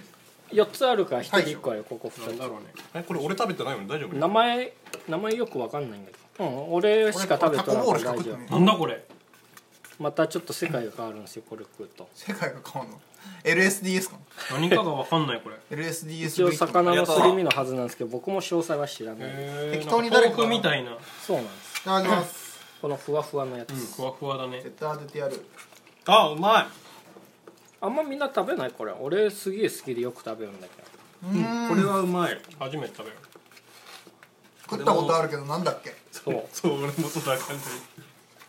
Speaker 1: 4つあるから1人1個あるよここ
Speaker 3: なんだろ
Speaker 1: 2
Speaker 3: うね
Speaker 4: えこれ俺食べてないのに大丈
Speaker 1: つ名
Speaker 4: 夫
Speaker 1: 前名前よくわかんないんだけど、うん、俺しか食べ
Speaker 2: タ
Speaker 1: て
Speaker 2: コ
Speaker 1: な
Speaker 2: ボール
Speaker 1: い
Speaker 2: し
Speaker 1: か
Speaker 2: から食
Speaker 1: 大
Speaker 2: って
Speaker 1: 丈夫
Speaker 2: ない
Speaker 3: なんだこれ
Speaker 1: またちょっと世界が変わるんですよこれ食うと
Speaker 2: 世界が変わるの LSDS かも
Speaker 3: 何かがわかんないこれ
Speaker 2: LSDS
Speaker 1: 一応魚のすり身のはずなんですけど僕も詳細は知らない、
Speaker 3: へー
Speaker 2: 適当に誰か
Speaker 3: なん豆腐みたいな
Speaker 1: そうなんです
Speaker 2: いただきます
Speaker 1: このふわふわのやつ、
Speaker 3: ふわふわだね
Speaker 2: 絶対当ててやる
Speaker 4: あうまい
Speaker 1: あんまみんな食べないこれ俺すげえ好きでよく食べるんだけど
Speaker 2: うーん
Speaker 4: これはうまい
Speaker 3: 初めて食べる
Speaker 2: 食ったことあるけどなんだっけ
Speaker 1: そう
Speaker 4: そう俺もそんな感じ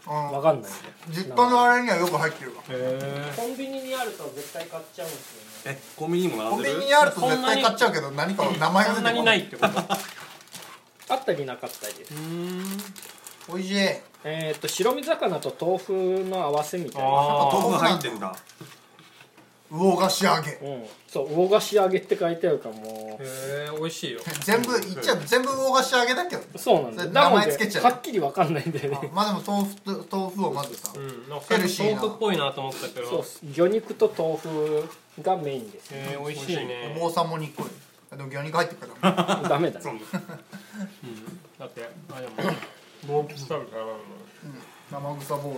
Speaker 1: わ
Speaker 2: う
Speaker 1: かんないんだよ
Speaker 2: ん実家のあれにはよく入ってるわ
Speaker 3: へ
Speaker 1: コンビニにあると絶対買っちゃうんですよね
Speaker 4: えコンビニにも
Speaker 2: コ
Speaker 4: 並
Speaker 2: ン
Speaker 4: んで
Speaker 2: ビ
Speaker 4: る
Speaker 2: ニにあると絶対買っちゃうけど何か名前が
Speaker 3: こ
Speaker 2: 出
Speaker 3: ん
Speaker 2: てこ
Speaker 3: なに
Speaker 2: な
Speaker 3: ないいってこと
Speaker 1: あったりなかったりです
Speaker 2: おいしい
Speaker 1: えーっと白身魚と豆腐の合わせみたいな
Speaker 4: ああ
Speaker 2: 豆
Speaker 4: 豆
Speaker 2: 腐
Speaker 4: 腐
Speaker 2: 入
Speaker 4: 入
Speaker 2: っ
Speaker 4: ってて
Speaker 2: ん
Speaker 4: んだ
Speaker 2: 魚が仕上げ
Speaker 1: うん、そう魚菓子揚げって書いてあるからも
Speaker 3: へえ美味しいよ
Speaker 2: 全部いっちゃう全部魚が仕上げだけど
Speaker 1: うそうなんだ
Speaker 2: それ
Speaker 1: よな
Speaker 2: 名
Speaker 1: の
Speaker 2: 前
Speaker 1: で
Speaker 2: つけちゃう
Speaker 1: はっきりわかんないんだよ
Speaker 2: あ
Speaker 1: ね
Speaker 2: まあでも豆腐と豆腐をまずさ
Speaker 3: うんなんか
Speaker 2: ヘルシー
Speaker 3: 豆
Speaker 2: な
Speaker 3: 腐っぽいなと思ったけ
Speaker 1: そうっ
Speaker 3: ど
Speaker 1: す魚肉と豆腐がメイ
Speaker 3: [laughs]
Speaker 1: ンです
Speaker 3: へえ美味しいね
Speaker 2: お坊さんもにっこりでも魚肉入ってくから
Speaker 1: ダメだ
Speaker 4: そう
Speaker 1: ね
Speaker 3: だってあでももう食べたら
Speaker 2: 生臭坊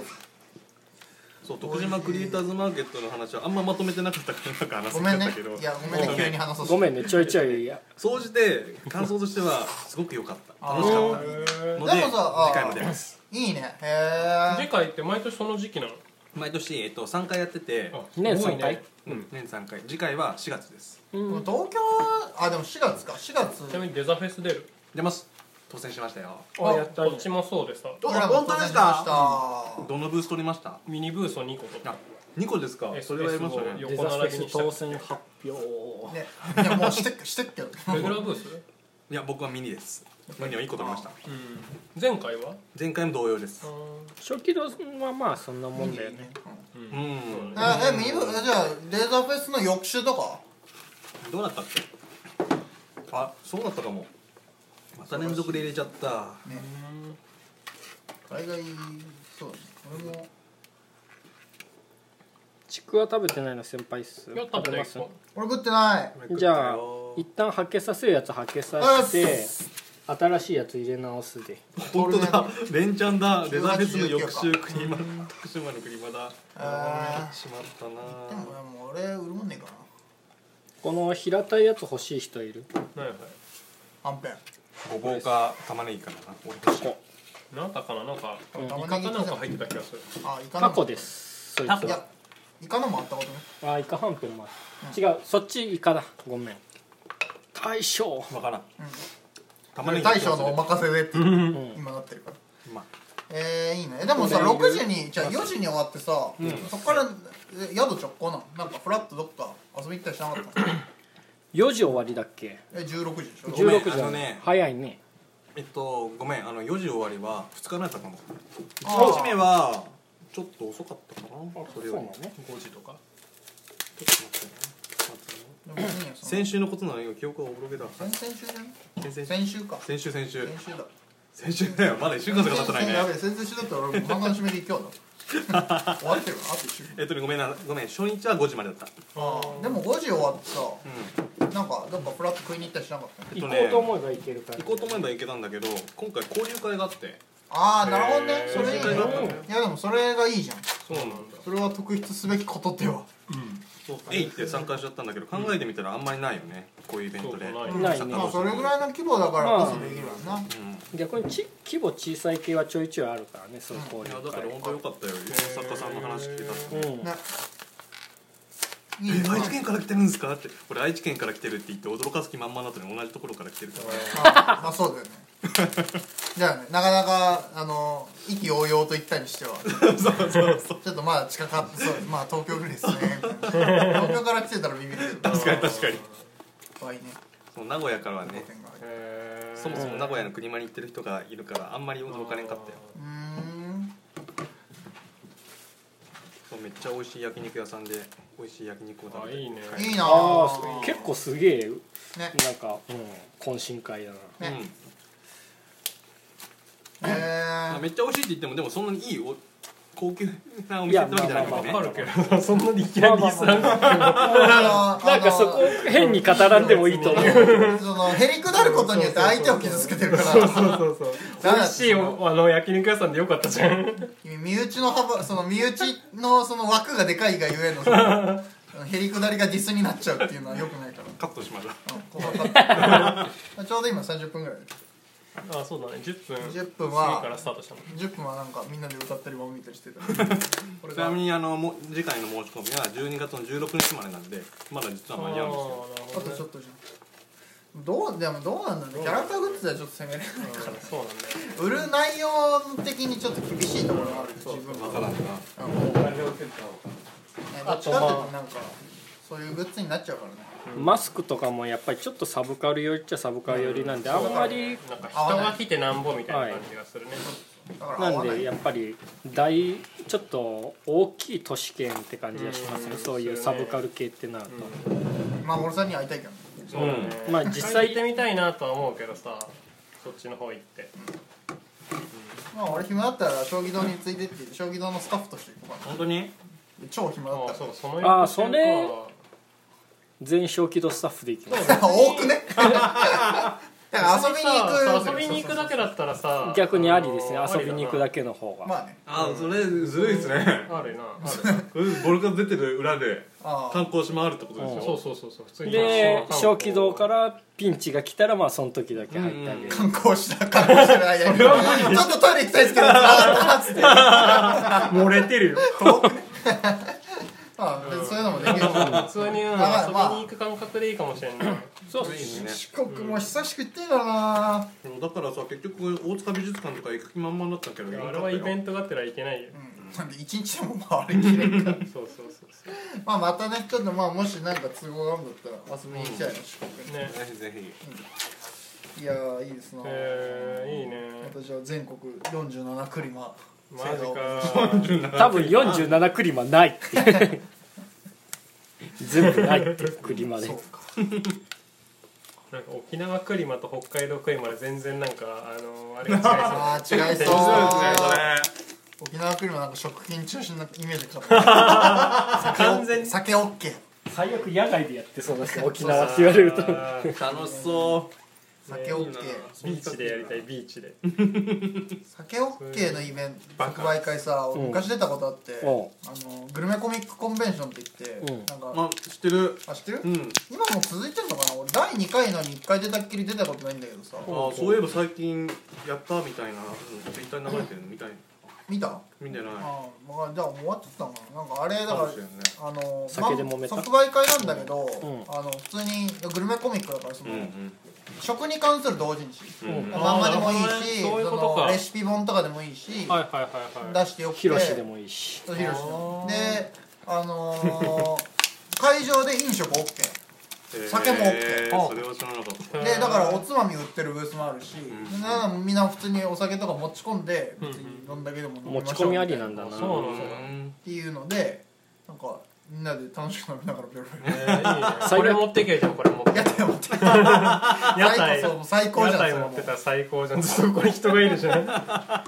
Speaker 4: そう徳島クリエイターズマーケットの話はあんままとめてなかったからなんか話
Speaker 2: 主ご
Speaker 4: せ
Speaker 2: めんね
Speaker 4: なかったけど
Speaker 2: いやごめんね急に話そう
Speaker 1: ごめんねちょいちょい
Speaker 4: 総じて感想としてはすごく良かった
Speaker 2: あー
Speaker 4: 楽しかった
Speaker 2: で
Speaker 4: の
Speaker 2: も
Speaker 4: で
Speaker 2: さあ
Speaker 4: 次回も出ます
Speaker 2: いいねへ
Speaker 3: 次
Speaker 2: え
Speaker 3: 回って毎年その時期なの
Speaker 4: 毎年、えっと、3回やってて
Speaker 3: あ
Speaker 1: 年
Speaker 3: すごいね
Speaker 1: 三回
Speaker 4: うん年3回次回は4月です
Speaker 2: 東京あでも4月か4月
Speaker 3: ちなみにデザフェス出る
Speaker 4: 出ます当選しましたよ
Speaker 1: あやった
Speaker 3: こ
Speaker 1: ね
Speaker 3: っちもそうでさ
Speaker 2: 俺らも
Speaker 4: 本当です
Speaker 2: 当選しまし
Speaker 4: どのブース取りました
Speaker 3: ミニブースを2個と
Speaker 4: あ2個ですか
Speaker 3: S-
Speaker 4: それはやりましたね
Speaker 3: S
Speaker 1: デ
Speaker 3: 横
Speaker 1: ザフ
Speaker 3: 並
Speaker 1: ェ
Speaker 3: び
Speaker 1: ス
Speaker 3: にした
Speaker 1: 当選発表
Speaker 2: たねいやもうしてっしてっけど
Speaker 3: レギュラーブース
Speaker 4: いや僕はミニですミニは1個取りました
Speaker 3: うん前回は
Speaker 4: 前回も同様です
Speaker 1: 初期度はまあそんなもんだよね
Speaker 4: うん
Speaker 2: ええミニブえじゃあレーザーフェスの翌週とか
Speaker 4: どうだったっけあそうだったかもまた連続で入れちゃった
Speaker 2: 大概そうだね俺も
Speaker 1: ちくわ食べてないの先輩っす
Speaker 3: いや食べてないか
Speaker 2: 俺食ってない
Speaker 1: じゃあ一旦はけさせるやつはけさして新しいやつ入れ直すで
Speaker 4: 本当だ連チャ
Speaker 2: [laughs]
Speaker 4: ンだデザフェスの
Speaker 2: 18
Speaker 4: 翌週クリマ徳島のクリマだ
Speaker 2: え
Speaker 4: しまった
Speaker 2: ーで
Speaker 4: な
Speaker 2: ももう俺売るもんねえかな
Speaker 1: この平たいやつ欲しい人いる
Speaker 3: 何やこ
Speaker 2: はんぺん
Speaker 4: ごぼうか玉ねぎかな俺として
Speaker 3: れ何だかななんか
Speaker 1: うん
Speaker 3: イカかなんか入ってた気がする
Speaker 2: あイカの
Speaker 1: タコですそいつ
Speaker 2: いや
Speaker 1: は
Speaker 2: イカのもあったことね
Speaker 1: あイカはんぺんもある違うそっちイカだごめん大将
Speaker 4: 分からん玉ねぎ
Speaker 2: 大将のお任せでって今なってるからえー、いいねでもさ6時にじゃあ4時に終わってさ、そっからえ宿直行なのなんかフラッとどっか遊び行ったりしなか
Speaker 4: [laughs]
Speaker 2: ったの
Speaker 1: 4時終わりだっけ
Speaker 2: え16時でしょ
Speaker 4: ごめん
Speaker 1: 16時
Speaker 4: あ
Speaker 1: だ
Speaker 4: のね
Speaker 1: 早いね
Speaker 4: えっとごめんあの4時終わりは2日になったかも
Speaker 2: あ
Speaker 4: 1
Speaker 2: ー
Speaker 4: 日目はちょっと遅かったかなそれ
Speaker 1: そう
Speaker 4: よ
Speaker 1: な
Speaker 4: り
Speaker 1: のね
Speaker 3: 5時とか
Speaker 2: でもいいよその
Speaker 4: 先週のことなのよ記憶がおぼろげだ
Speaker 2: 先々週じゃん
Speaker 4: 先々週
Speaker 2: 先週か
Speaker 4: 先週先週
Speaker 2: 先週だ
Speaker 4: 先週だよまだ1週間とか経ってないね
Speaker 2: やべえ先々週だったら俺もう漫画の締め切り今日
Speaker 4: [laughs]
Speaker 2: だ終わってるかなあと1週
Speaker 4: えっとねごめんなごめん初日は5時までだった
Speaker 2: あーでも5時終わってさ、なんかどっかフラッと食いに行ったりしなかった
Speaker 4: えっと
Speaker 1: 行こ
Speaker 4: ね
Speaker 1: うと思えば行けるから
Speaker 4: 行こうと思えば行けたんだけど今回交流会があって
Speaker 2: ああなるほどねそれいい
Speaker 4: 交流会があったの
Speaker 2: ね
Speaker 4: よ
Speaker 2: いやでもそれがいいじゃん
Speaker 3: そうなんだ
Speaker 2: それは特筆すべきことでは
Speaker 4: そうえいって参加しちゃったんだけど考えてみたらあんまりないよねこういうイベントで
Speaker 3: そうそうない
Speaker 1: ないね
Speaker 2: まあそれぐらいの規模だからこそできるわな、
Speaker 1: 逆にち規模小さい系はちょいちょいあるからねそういう交
Speaker 4: い
Speaker 1: 流
Speaker 4: やだから
Speaker 1: 会
Speaker 4: 本当良かったよ作家さんの話聞いたって
Speaker 1: うん
Speaker 2: ねいい
Speaker 4: え
Speaker 2: な
Speaker 4: 愛知県から来てるんですかって俺愛知県から来てるって言って驚かす気満々だったのに同じところから来てるから
Speaker 2: あまあそうだよねじゃあねなかなかあの意気揚々と言ったに
Speaker 1: [laughs]
Speaker 2: してはちょっとまだ近かったそうまあ東京ぐらいですねみたいな東京から来てたらビビるけど確
Speaker 4: 確かに確かに
Speaker 2: 怖いね
Speaker 4: そう名古屋からはね
Speaker 2: 点がある
Speaker 3: へ
Speaker 4: そもそも名古屋の国間に行ってる人がいるからあんまり驚かれんかったよ
Speaker 2: うーん
Speaker 4: そうめっちゃ美味しい焼肉屋さんで美味しい焼肉を食
Speaker 3: あ
Speaker 4: べて
Speaker 3: いいね
Speaker 2: いいなあ
Speaker 1: ああ結構すげえ
Speaker 2: ね
Speaker 1: なんか、うん、懇親会だな
Speaker 2: ね
Speaker 4: うん
Speaker 2: えー
Speaker 4: あめっちゃ美味しいって言ってもでもそんなにいいお高級なお店ってわけじゃないからね
Speaker 3: わかるけ
Speaker 4: [laughs]
Speaker 3: どそんなにいきなりさ
Speaker 2: あの
Speaker 1: なんかそこを変に語らんでもいいと思う
Speaker 2: そのへりくだることによって相手を傷つけてるから
Speaker 3: [laughs] そうそうそう
Speaker 2: ダメ
Speaker 3: 美
Speaker 2: だ
Speaker 3: 味しいおあの焼肉屋さんでよかったじゃん
Speaker 2: 身内の幅その身内のその枠がでかいがゆえ
Speaker 1: [laughs]
Speaker 2: のそのへりくだりがディスになっちゃうっていうのはよくないから
Speaker 4: カットしました
Speaker 2: うんここ分かった [laughs] ちょうど今30分ぐらい
Speaker 3: あそうだね10分
Speaker 2: 10分
Speaker 3: 次から
Speaker 2: は
Speaker 3: スタートしたの
Speaker 2: 10分はなんかみんなで歌ったり番組見たりしてたこれ
Speaker 4: ちな
Speaker 2: が
Speaker 4: みにあのも次回の申し込みは12月の16日までなんでまだ実は間に合うんですよ
Speaker 3: あーなる
Speaker 2: あ
Speaker 3: ほど
Speaker 2: と
Speaker 3: ね
Speaker 2: ちょっとじゃんどうでもどうなんだろうねキャラクターグッズではちょっと攻めれないから
Speaker 3: そうなんだよ
Speaker 2: 売る内容的にちょっと厳しいところがある自分
Speaker 4: 分
Speaker 2: は
Speaker 4: からんな
Speaker 2: ねどっちかっていうとなんかそういうグッズになっちゃうからね
Speaker 1: マスクとかもやっぱりちょっとサブカル寄りっちゃサブカル寄りなんであんまり
Speaker 3: なんか人が来てなんぼみたいな感じがするね
Speaker 2: だから合
Speaker 1: な
Speaker 2: わ
Speaker 1: ん
Speaker 2: ない
Speaker 1: でやっぱり大ちょっと大きい都市圏って感じがしますね
Speaker 3: うん
Speaker 1: そういうサブカル系ってなると、
Speaker 2: まあ森さんに会いたいけど
Speaker 3: そうだね、
Speaker 1: まあ実
Speaker 3: 実
Speaker 1: 際
Speaker 3: 際行ってみたいなとは思うけどさそっちの方行って
Speaker 2: まあ俺暇だったら将棋堂についてって将棋堂のスタッフとして行こうか
Speaker 4: 本当に
Speaker 2: な超暇だっ
Speaker 3: あ
Speaker 2: た
Speaker 3: あ
Speaker 2: ら
Speaker 3: そうだその
Speaker 1: あー
Speaker 3: 翌週か
Speaker 1: それ全小規模スタッフで行きます
Speaker 2: 多く
Speaker 3: [laughs]
Speaker 2: ねだから遊びに行く
Speaker 3: そう遊びに行くだけだったらさ
Speaker 1: 逆にありですね
Speaker 3: あの
Speaker 1: 遊びに行くだ
Speaker 3: け
Speaker 1: けの方が、
Speaker 2: まあね
Speaker 4: ああそれずるいですね
Speaker 3: あるなある
Speaker 4: [laughs] ボルカ出てる裏で
Speaker 2: ああ
Speaker 4: 観光島あるってことで
Speaker 1: うん
Speaker 4: す
Speaker 3: そ
Speaker 4: よ
Speaker 3: うそうそうそう普通に
Speaker 1: で小規模かららピンチが来たらまあその時だけ入ってあげる、
Speaker 2: 観光した観光してる間にちょっとトイレ行きたいですけどあーっつって
Speaker 3: 漏れてるよ
Speaker 2: まあ別にそういうのもできるもん
Speaker 3: 普通にうん遊びに
Speaker 2: まあまあ
Speaker 3: 行く感覚でいいかもしれない
Speaker 4: そうですね
Speaker 2: 四国も久しく行ってんだろうな
Speaker 4: だからさ結局大塚美術館とか行く気満々だったけど
Speaker 3: あれはイベ
Speaker 4: ン
Speaker 3: ントがあってらいけないよ
Speaker 2: うんなんで一日でも回りきれんから
Speaker 3: そうそうそうそ
Speaker 2: まあまたねちょっとまあもし何か都合があるんだったら遊びに行きたいな四国
Speaker 3: うね
Speaker 4: ぜひぜひ
Speaker 2: いやーいいですな
Speaker 3: えー、いいね
Speaker 2: 私は全国47クリマ
Speaker 3: マジ
Speaker 4: [laughs]
Speaker 3: か
Speaker 1: 多分47クリマないって全部ないってクリマで
Speaker 2: そうか
Speaker 3: なんか沖縄クリマと北海道クリマで全然なんかあのあれが違いそう
Speaker 2: あー違いそう沖縄クリマなんか食品中心なイメージ
Speaker 3: [laughs]
Speaker 2: かと
Speaker 3: 完全に
Speaker 2: 酒 OK
Speaker 1: 最悪野外でやってそうだし沖縄って言われると
Speaker 3: あー
Speaker 4: それ楽しそ
Speaker 2: 酒 OK
Speaker 3: ビーチでやりたいビーチで
Speaker 2: 酒 OK のイベント
Speaker 3: バカ
Speaker 2: 即売会さ俺
Speaker 1: うん
Speaker 2: 昔出たことあって、
Speaker 1: おう
Speaker 2: あのグルメコミックコンベンションって言って、
Speaker 1: うん
Speaker 2: なん
Speaker 4: う
Speaker 2: か
Speaker 4: あ知ってる
Speaker 2: あ知ってる、
Speaker 4: うん
Speaker 2: 今も続いてんのかな俺第2回のに1回出たっきり出たことないんだけどさ
Speaker 4: ああそういえば最近やったみたいなツイッターに流れてるの見たい
Speaker 2: 見た
Speaker 4: 見てない
Speaker 2: あーまあじゃあ終わってたのかななんかあれだ
Speaker 4: か
Speaker 2: か
Speaker 4: もしれんね
Speaker 2: らあの
Speaker 1: 酒で揉めた
Speaker 2: まあ即売会なんだけど、
Speaker 1: ん
Speaker 2: あの普通にグルメコミックだからそ
Speaker 4: うん
Speaker 2: の、
Speaker 4: うん
Speaker 2: 食に関する同人誌、
Speaker 4: うん
Speaker 2: まんまでもいいし
Speaker 3: あーなるほどねそういう
Speaker 2: そ
Speaker 3: ことか
Speaker 2: のレシピ本とかでもいいし、
Speaker 3: はいはいはいはい
Speaker 2: 出してよくて
Speaker 1: 広しでもいいし
Speaker 2: そうヒロシでもであのー [laughs] 会場で飲食 OK 酒も OK
Speaker 4: えーそれは知らなかった
Speaker 2: でだからおつまみ売ってるブースもあるし、
Speaker 4: ん
Speaker 2: なんならみんな普通にお酒とか持ち込んで別にどんだけでも飲みま
Speaker 1: 持ち
Speaker 2: しょ
Speaker 1: 込
Speaker 2: う
Speaker 1: みあ
Speaker 2: っ
Speaker 1: りなんだな
Speaker 3: そうなんだ
Speaker 4: うん
Speaker 2: ていうのでなんかみんなで楽しく飲みながらベロベロ
Speaker 3: えーいいね
Speaker 1: 最悪
Speaker 3: これ持ってけじゃんこれ持って
Speaker 2: [laughs] 屋台持って
Speaker 3: 屋
Speaker 2: 最
Speaker 3: 台
Speaker 2: 高そう最高じ
Speaker 3: 屋
Speaker 2: ゃんそれ
Speaker 3: 台持
Speaker 2: も
Speaker 3: ってたら最高じゃんずっとここに人がいるじゃん
Speaker 2: っ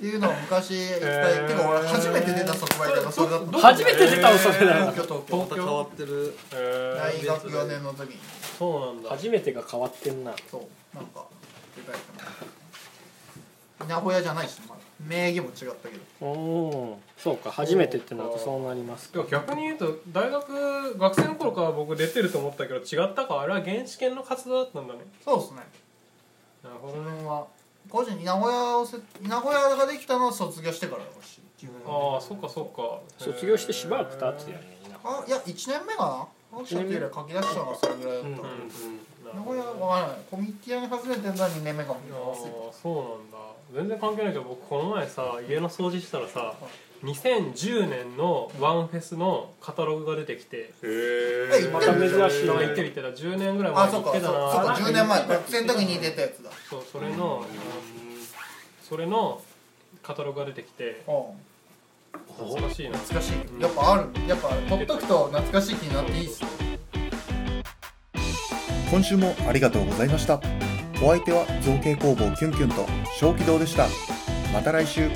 Speaker 2: ていうのを昔いっぱい、
Speaker 3: えー
Speaker 2: てか俺初めて出た即売会がそれだった
Speaker 1: 初めて出たのそれだ
Speaker 2: 東京東京
Speaker 4: また変わってる
Speaker 3: え
Speaker 2: 大
Speaker 3: ー
Speaker 2: 学4年の時に
Speaker 3: そうなんだ
Speaker 1: 初めてが変わってんな
Speaker 2: そうなんか出たいかな名古屋じゃないしまだ名義も違ったけど
Speaker 1: うんそうか初めてってなるとそうなります
Speaker 3: でも逆に言うと大学学生の頃から僕出てると思ったけど違ったかあれは現地研の活動だったんだね
Speaker 2: そうですね
Speaker 3: なる
Speaker 2: こ
Speaker 3: ほ
Speaker 2: の辺は個人に名古屋をせ名古屋ができたのは卒業してからだし自分は
Speaker 3: どああそっかそっか
Speaker 1: 卒業してしばらく経つよね
Speaker 2: あいや1年目かな学者っていうよりは書き出したのがそれぐらいだった、
Speaker 4: うんうん
Speaker 2: 名古屋はわからないコミュニティアに外れてるのは2年目かも
Speaker 3: あーそうなんだ全然関係ないけど僕この前さ家の掃除したらさ2010年のワンフェスのカタログが出てきて
Speaker 4: へー
Speaker 2: え行
Speaker 1: ま
Speaker 2: って
Speaker 1: た
Speaker 2: る
Speaker 1: 珍しい
Speaker 3: 行っ
Speaker 1: な
Speaker 3: てる行ってた10年ぐらい前
Speaker 2: あ
Speaker 3: に
Speaker 2: そ
Speaker 3: 行
Speaker 2: うかそ
Speaker 3: って
Speaker 2: う
Speaker 3: た
Speaker 2: そう
Speaker 3: な
Speaker 2: か10年前学生の時に
Speaker 3: て
Speaker 2: 出たやつだ
Speaker 3: そうそれのそれのカタログが出てきて
Speaker 2: うん
Speaker 3: 懐かしいな
Speaker 2: 懐かしいやっぱあるやっぱ取っとくと懐かしい気になっていいっすよ
Speaker 7: 今週もありがとうございましたお相手は造形工房キュンキュンと小気道でしたまた来週